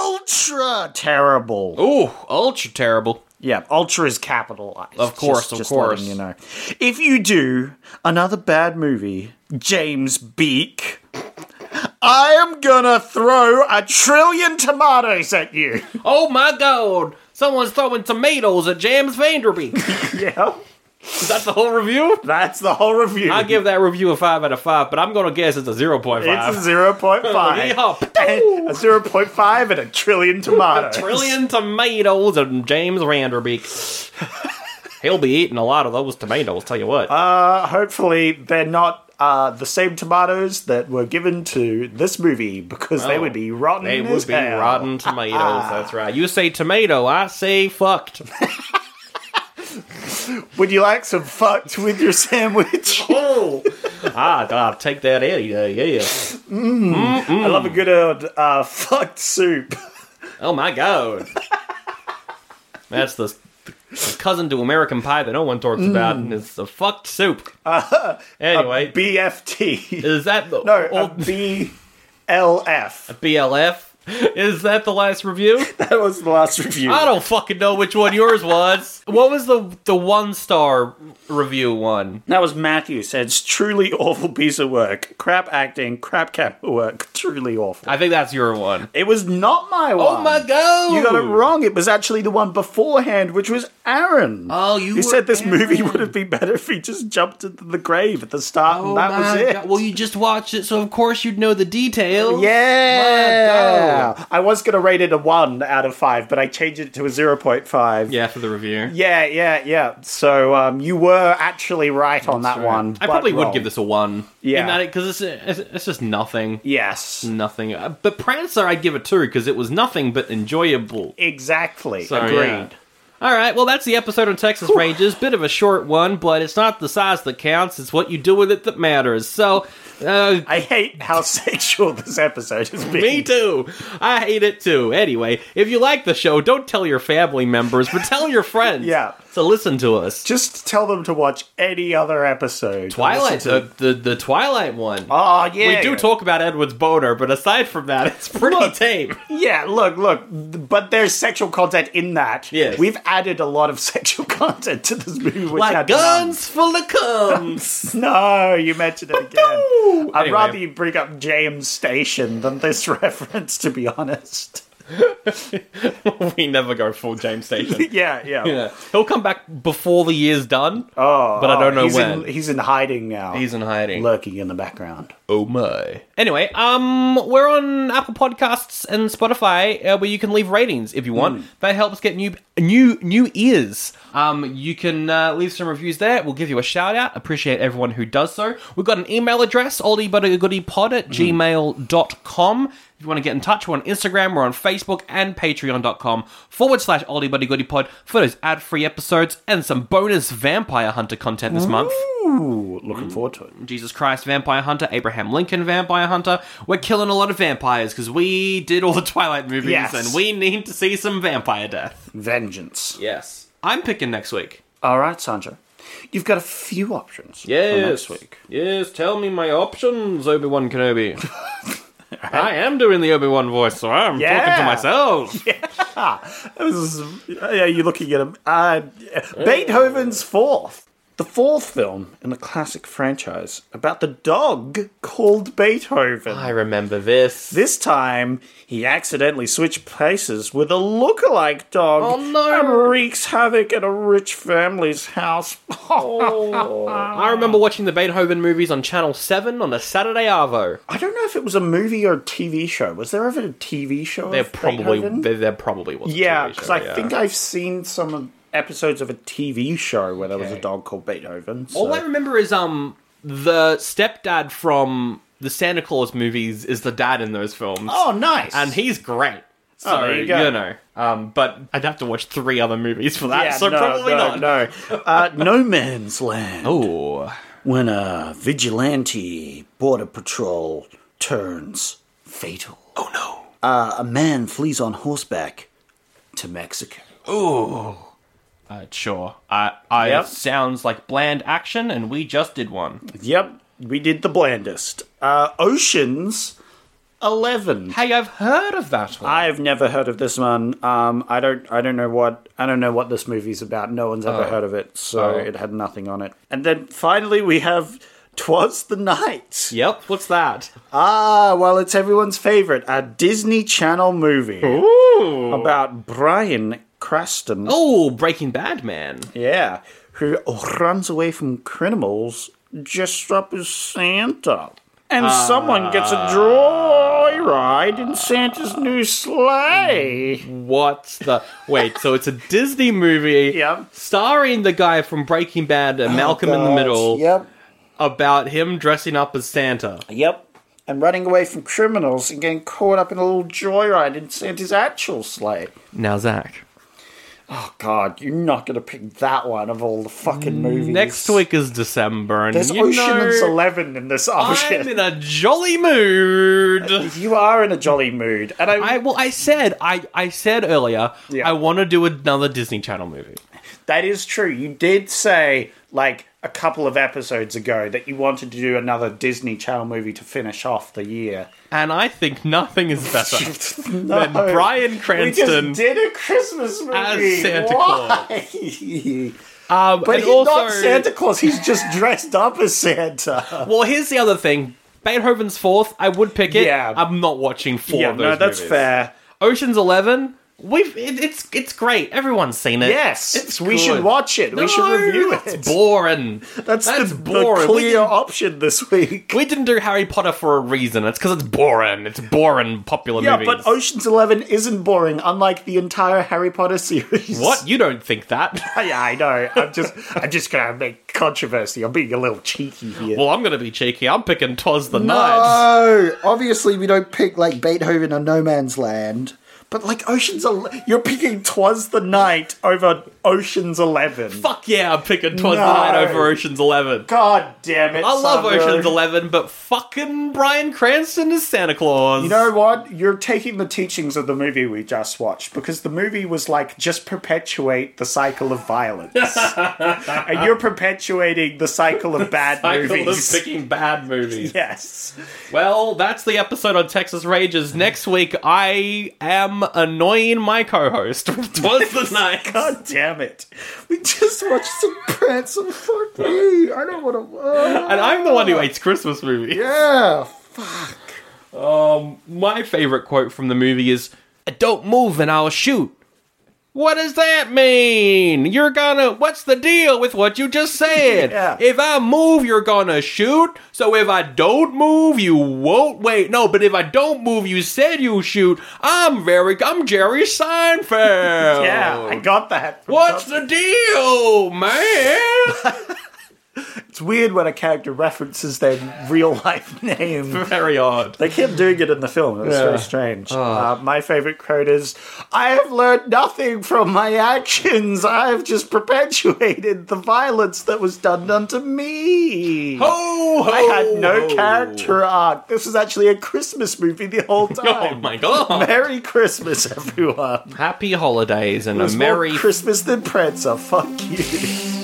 [SPEAKER 1] ultra terrible.
[SPEAKER 2] Ooh, ultra terrible.
[SPEAKER 1] Yeah, ultra is capitalized.
[SPEAKER 2] Of course,
[SPEAKER 1] just,
[SPEAKER 2] of
[SPEAKER 1] just
[SPEAKER 2] course.
[SPEAKER 1] letting You know, if you do another bad movie, James Beak, I am gonna throw a trillion tomatoes at you.
[SPEAKER 2] Oh my god! Someone's throwing tomatoes at James Vanderbeek.
[SPEAKER 1] yeah,
[SPEAKER 2] That's the whole review.
[SPEAKER 1] that's the whole review.
[SPEAKER 2] I give that review a five out of five, but I'm gonna guess it's a zero point
[SPEAKER 1] it's a
[SPEAKER 2] five.
[SPEAKER 1] zero point five. a zero point five and a trillion tomatoes.
[SPEAKER 2] Trillion tomatoes and James Vanderbeek. He'll be eating a lot of those tomatoes. Tell you what.
[SPEAKER 1] Uh, hopefully, they're not uh, the same tomatoes that were given to this movie because they
[SPEAKER 2] Oh,
[SPEAKER 1] would be rotten.
[SPEAKER 2] They
[SPEAKER 1] as
[SPEAKER 2] would be
[SPEAKER 1] hell. Ah.
[SPEAKER 2] rotten tomatoes. That's right. You say tomato, I say fucked.
[SPEAKER 1] Would you like some fucked with your sandwich?
[SPEAKER 2] Oh, I, I'll take that any day. Yeah.
[SPEAKER 1] I love a good old uh, fucked soup.
[SPEAKER 2] Oh my god. That's the, the cousin to American Pie that no one talks about,
[SPEAKER 1] Mm.
[SPEAKER 2] and it's a fucked soup. anyway,
[SPEAKER 1] BFT.
[SPEAKER 2] is that the
[SPEAKER 1] No, a
[SPEAKER 2] old
[SPEAKER 1] BLF.
[SPEAKER 2] BLF? Is that the last review?
[SPEAKER 1] That was the last review.
[SPEAKER 2] I don't fucking know which one yours was. What was the the one star review one?
[SPEAKER 1] That was Matthew says, truly awful piece of work. Crap acting, crap camera work, truly awful.
[SPEAKER 2] I think that's your one.
[SPEAKER 1] It was not my one.
[SPEAKER 2] Oh my god!
[SPEAKER 1] You got it wrong. It was actually the one beforehand, which was Aaron.
[SPEAKER 2] Oh, you
[SPEAKER 1] Who
[SPEAKER 2] were
[SPEAKER 1] said this movie
[SPEAKER 2] Aaron.
[SPEAKER 1] would have been better if he just jumped into the grave at the start and that was it.
[SPEAKER 2] Oh Well, you just watched it, so of course you'd know the details.
[SPEAKER 1] Yeah.
[SPEAKER 2] My
[SPEAKER 1] I was going to rate it a 1 out of 5, but I changed it to a 0.5.
[SPEAKER 2] Yeah, for the review.
[SPEAKER 1] Yeah, yeah, yeah. So um, you were actually right on that one.
[SPEAKER 2] I
[SPEAKER 1] but
[SPEAKER 2] probably would
[SPEAKER 1] wrong.
[SPEAKER 2] give this a one.
[SPEAKER 1] Yeah.
[SPEAKER 2] because it's, it's it's just nothing,
[SPEAKER 1] Yes.
[SPEAKER 2] nothing. Uh, But Prancer, I'd give it two because it was nothing but enjoyable.
[SPEAKER 1] Exactly.
[SPEAKER 2] So,
[SPEAKER 1] Agreed.
[SPEAKER 2] yeah. All right, well that's the episode on Texas Rangers. Bit of a short one, but it's not the size that counts; it's what you do with it that matters. So, uh,
[SPEAKER 1] I hate how sexual this episode has been.
[SPEAKER 2] Me too. I hate it too. Anyway, if you like the show, don't tell your family members, but tell your friends.
[SPEAKER 1] Yeah.
[SPEAKER 2] To listen to us.
[SPEAKER 1] Just tell them to watch any other episode.
[SPEAKER 2] Twilight,
[SPEAKER 1] Listen
[SPEAKER 2] uh,
[SPEAKER 1] to-
[SPEAKER 2] the, the the Twilight one.
[SPEAKER 1] Oh yeah,
[SPEAKER 2] we do
[SPEAKER 1] yeah.
[SPEAKER 2] talk about Edward's boner, but aside from that, it's pretty tame.
[SPEAKER 1] Yeah, look, look, but there's sexual content in that.
[SPEAKER 2] Yes.
[SPEAKER 1] we've added a lot of sexual content to um, this movie. Which
[SPEAKER 2] Like
[SPEAKER 1] had
[SPEAKER 2] guns full of cums.
[SPEAKER 1] none. No, you mentioned it again.
[SPEAKER 2] Anyway.
[SPEAKER 1] I'd rather you bring up James Station than this reference, to be honest.
[SPEAKER 2] we never go full James Station.
[SPEAKER 1] Yeah, yeah.
[SPEAKER 2] yeah. He'll come back before the year's done. Oh, but I don't know
[SPEAKER 1] he's
[SPEAKER 2] when.
[SPEAKER 1] In, he's in hiding now.
[SPEAKER 2] He's in hiding.
[SPEAKER 1] lurking in the background.
[SPEAKER 2] Oh my. Anyway, um, we're on Apple Podcasts and Spotify uh, where you can leave ratings if you want. That helps get new new new ears. Um, you can uh, leave some reviews there. We'll give you a shout out. Appreciate everyone who does so. We've got an email address, oldiebuttagoodiepod at gmail.com. If you want to get in touch, we're on Instagram, we're on Facebook, and patreon.com forward slash oldiebuttagoodiepod for those ad-free episodes and some bonus Vampire Hunter content this month.
[SPEAKER 1] Ooh, looking forward to it.
[SPEAKER 2] Jesus Christ Vampire Hunter, Abraham Lincoln Vampire Hunter. We're killing a lot of vampires because we did all the Twilight movies
[SPEAKER 1] Yes.
[SPEAKER 2] and we need to see some vampire death.
[SPEAKER 1] Vengeance.
[SPEAKER 2] Yes. I'm picking next week.
[SPEAKER 1] All right, Sancho. You've got a few options for next week.
[SPEAKER 2] Yes, tell me my options, Obi Wan Kenobi. I am doing the Obi Wan voice, so I'm
[SPEAKER 1] Yeah.
[SPEAKER 2] talking to myself.
[SPEAKER 1] This is, yeah, you're looking at him. Uh, Beethoven's Fourth. The fourth film in the classic franchise about the dog called Beethoven. I
[SPEAKER 2] remember this.
[SPEAKER 1] This time, he accidentally switched places with a lookalike dog
[SPEAKER 2] Oh, no.
[SPEAKER 1] and wreaks havoc at a rich family's house.
[SPEAKER 2] I remember watching the Beethoven movies on Channel 7 on a Saturday Arvo.
[SPEAKER 1] I don't know if it was a movie or a TV show. Was there ever a TV show?
[SPEAKER 2] There
[SPEAKER 1] of
[SPEAKER 2] probably,
[SPEAKER 1] Beethoven?
[SPEAKER 2] there, there probably was. a
[SPEAKER 1] yeah,
[SPEAKER 2] TV show,
[SPEAKER 1] because I
[SPEAKER 2] yeah.
[SPEAKER 1] think I've seen some of- episodes of a TV show where there was a
[SPEAKER 2] Okay.
[SPEAKER 1] dog called Beethoven.
[SPEAKER 2] All
[SPEAKER 1] so-
[SPEAKER 2] I remember is um the stepdad from the Santa Claus movies is the dad in those films.
[SPEAKER 1] Oh, nice.
[SPEAKER 2] And he's great. So,
[SPEAKER 1] Oh, there you go.
[SPEAKER 2] know. Um, but I'd have to watch three other movies for that,
[SPEAKER 1] Yeah,
[SPEAKER 2] so
[SPEAKER 1] no,
[SPEAKER 2] probably
[SPEAKER 1] no,
[SPEAKER 2] not.
[SPEAKER 1] No, uh, no man's land.
[SPEAKER 2] Oh,
[SPEAKER 1] when a vigilante border patrol turns fatal. Oh no! Uh, a man flees on horseback to Mexico.
[SPEAKER 2] Ooh. Uh, sure. I, I
[SPEAKER 1] Yep.
[SPEAKER 2] sounds like bland action, and we just did one.
[SPEAKER 1] Yep, we did the blandest. Uh, Oceans Eleven.
[SPEAKER 2] Hey, I've heard of that one.
[SPEAKER 1] I've never heard of this one. Um, I don't. I don't know what. I don't know what this movie's about. No one's ever
[SPEAKER 2] Oh.
[SPEAKER 1] heard of it, so
[SPEAKER 2] Oh.
[SPEAKER 1] it had nothing on it. And then finally, we have "Twas the Night."
[SPEAKER 2] Yep. What's that?
[SPEAKER 1] Ah, well, it's everyone's favorite, a Disney Channel movie about Brian Cranston.
[SPEAKER 2] Oh, Breaking Bad, man.
[SPEAKER 1] Yeah, who runs away from criminals dressed up as Santa. And someone gets a
[SPEAKER 2] Ah.
[SPEAKER 1] joyride in Santa's new sleigh.
[SPEAKER 2] What's the wait? So it's a Disney movie,
[SPEAKER 1] Yep.
[SPEAKER 2] starring the guy from Breaking Bad and Malcolm in the Middle,
[SPEAKER 1] Yep.
[SPEAKER 2] about him dressing up as Santa.
[SPEAKER 1] Yep. And running away from criminals and getting caught up in a little joyride in Santa's actual sleigh.
[SPEAKER 2] Now, Zach,
[SPEAKER 1] Oh, God, you're not going to pick that one of all the fucking movies.
[SPEAKER 2] next week is December, and
[SPEAKER 1] There's
[SPEAKER 2] you
[SPEAKER 1] Ocean's
[SPEAKER 2] know,
[SPEAKER 1] Eleven in this. Oh
[SPEAKER 2] I'm in a jolly mood.
[SPEAKER 1] You are in a jolly mood, and I,
[SPEAKER 2] I well, I said, I I said earlier,
[SPEAKER 1] Yeah.
[SPEAKER 2] I want to do another Disney Channel movie.
[SPEAKER 1] that is true. You did say like a couple of episodes ago that you wanted to do another Disney Channel movie to finish off the year.
[SPEAKER 2] And I think nothing is better than
[SPEAKER 1] No.
[SPEAKER 2] Brian
[SPEAKER 1] We
[SPEAKER 2] Cranston.
[SPEAKER 1] just did a Christmas movie
[SPEAKER 2] as Santa
[SPEAKER 1] Why?
[SPEAKER 2] Um,
[SPEAKER 1] But
[SPEAKER 2] and
[SPEAKER 1] he's not Santa Claus. He's just dressed up as Santa.
[SPEAKER 2] Well, here's the other thing. Beethoven's Fourth, I would pick it.
[SPEAKER 1] Yeah.
[SPEAKER 2] I'm not watching four
[SPEAKER 1] yeah,
[SPEAKER 2] of those.
[SPEAKER 1] no, that's
[SPEAKER 2] movies.
[SPEAKER 1] fair.
[SPEAKER 2] Ocean's Eleven, we've it, it's it's great. Everyone's seen it.
[SPEAKER 1] Yes,
[SPEAKER 2] it's
[SPEAKER 1] we
[SPEAKER 2] good.
[SPEAKER 1] should watch it.
[SPEAKER 2] No,
[SPEAKER 1] we should review it.
[SPEAKER 2] It's boring.
[SPEAKER 1] That's,
[SPEAKER 2] that's
[SPEAKER 1] the, the
[SPEAKER 2] boring. We
[SPEAKER 1] clear
[SPEAKER 2] didn't-
[SPEAKER 1] option this week.
[SPEAKER 2] We didn't do Harry Potter for a reason. It's because it's boring. It's boring. Popular
[SPEAKER 1] Yeah,
[SPEAKER 2] movies.
[SPEAKER 1] but Ocean's Eleven isn't boring, unlike the entire Harry Potter series.
[SPEAKER 2] what? You don't think that?
[SPEAKER 1] yeah, I know. I'm just, I'm just gonna make controversy. I'm being a little cheeky here.
[SPEAKER 2] well, I'm gonna be cheeky. I'm picking Twas the Night.
[SPEAKER 1] no, obviously we don't pick like Beethoven or No Man's Land, but like Ocean's Eleven, you're picking Twas the Night over Ocean's Eleven.
[SPEAKER 2] Fuck yeah, I'm picking Twas
[SPEAKER 1] No.
[SPEAKER 2] the Night over Ocean's Eleven.
[SPEAKER 1] God damn it!
[SPEAKER 2] I love
[SPEAKER 1] Sandro.
[SPEAKER 2] Ocean's Eleven, but fucking Brian Cranston is Santa Claus.
[SPEAKER 1] You know what? You're taking the teachings of the movie we just watched because the movie was like just perpetuate the cycle of violence. and you're perpetuating the cycle of bad
[SPEAKER 2] Cycle
[SPEAKER 1] movies.
[SPEAKER 2] of picking bad movies.
[SPEAKER 1] yes.
[SPEAKER 2] Well, that's the episode on Texas Rages. Next week, I am annoying my co-host. with Twas the night.
[SPEAKER 1] God damn it. We just watched some pranks and fuck me. I don't want to.
[SPEAKER 2] And I'm the one who hates Christmas movies.
[SPEAKER 1] yeah.
[SPEAKER 2] Um, my favorite quote from the movie is, "Don't move and I'll shoot." What does that mean? You're gonna. What's the deal with what you just said?
[SPEAKER 1] Yeah.
[SPEAKER 2] If I move, you're gonna shoot. So if I don't move, you won't wait. No, but if I don't move, you said you shoot. I'm very. I'm Jerry Seinfeld.
[SPEAKER 1] Yeah, I got that.
[SPEAKER 2] What's Oh. the deal, man?
[SPEAKER 1] It's weird when a character references their real life name.
[SPEAKER 2] very odd.
[SPEAKER 1] They kept doing it in the film. It was very strange. Uh, my favorite quote is I have learned nothing from my actions. I've just perpetuated the violence that was done unto me.
[SPEAKER 2] Oh,
[SPEAKER 1] I had no character arc. This was actually a Christmas movie the whole
[SPEAKER 2] Oh
[SPEAKER 1] time.
[SPEAKER 2] my god.
[SPEAKER 1] Merry Christmas, everyone.
[SPEAKER 2] Happy holidays and a
[SPEAKER 1] There's more
[SPEAKER 2] merry
[SPEAKER 1] Christmas than Prancer. Oh, Fuck you.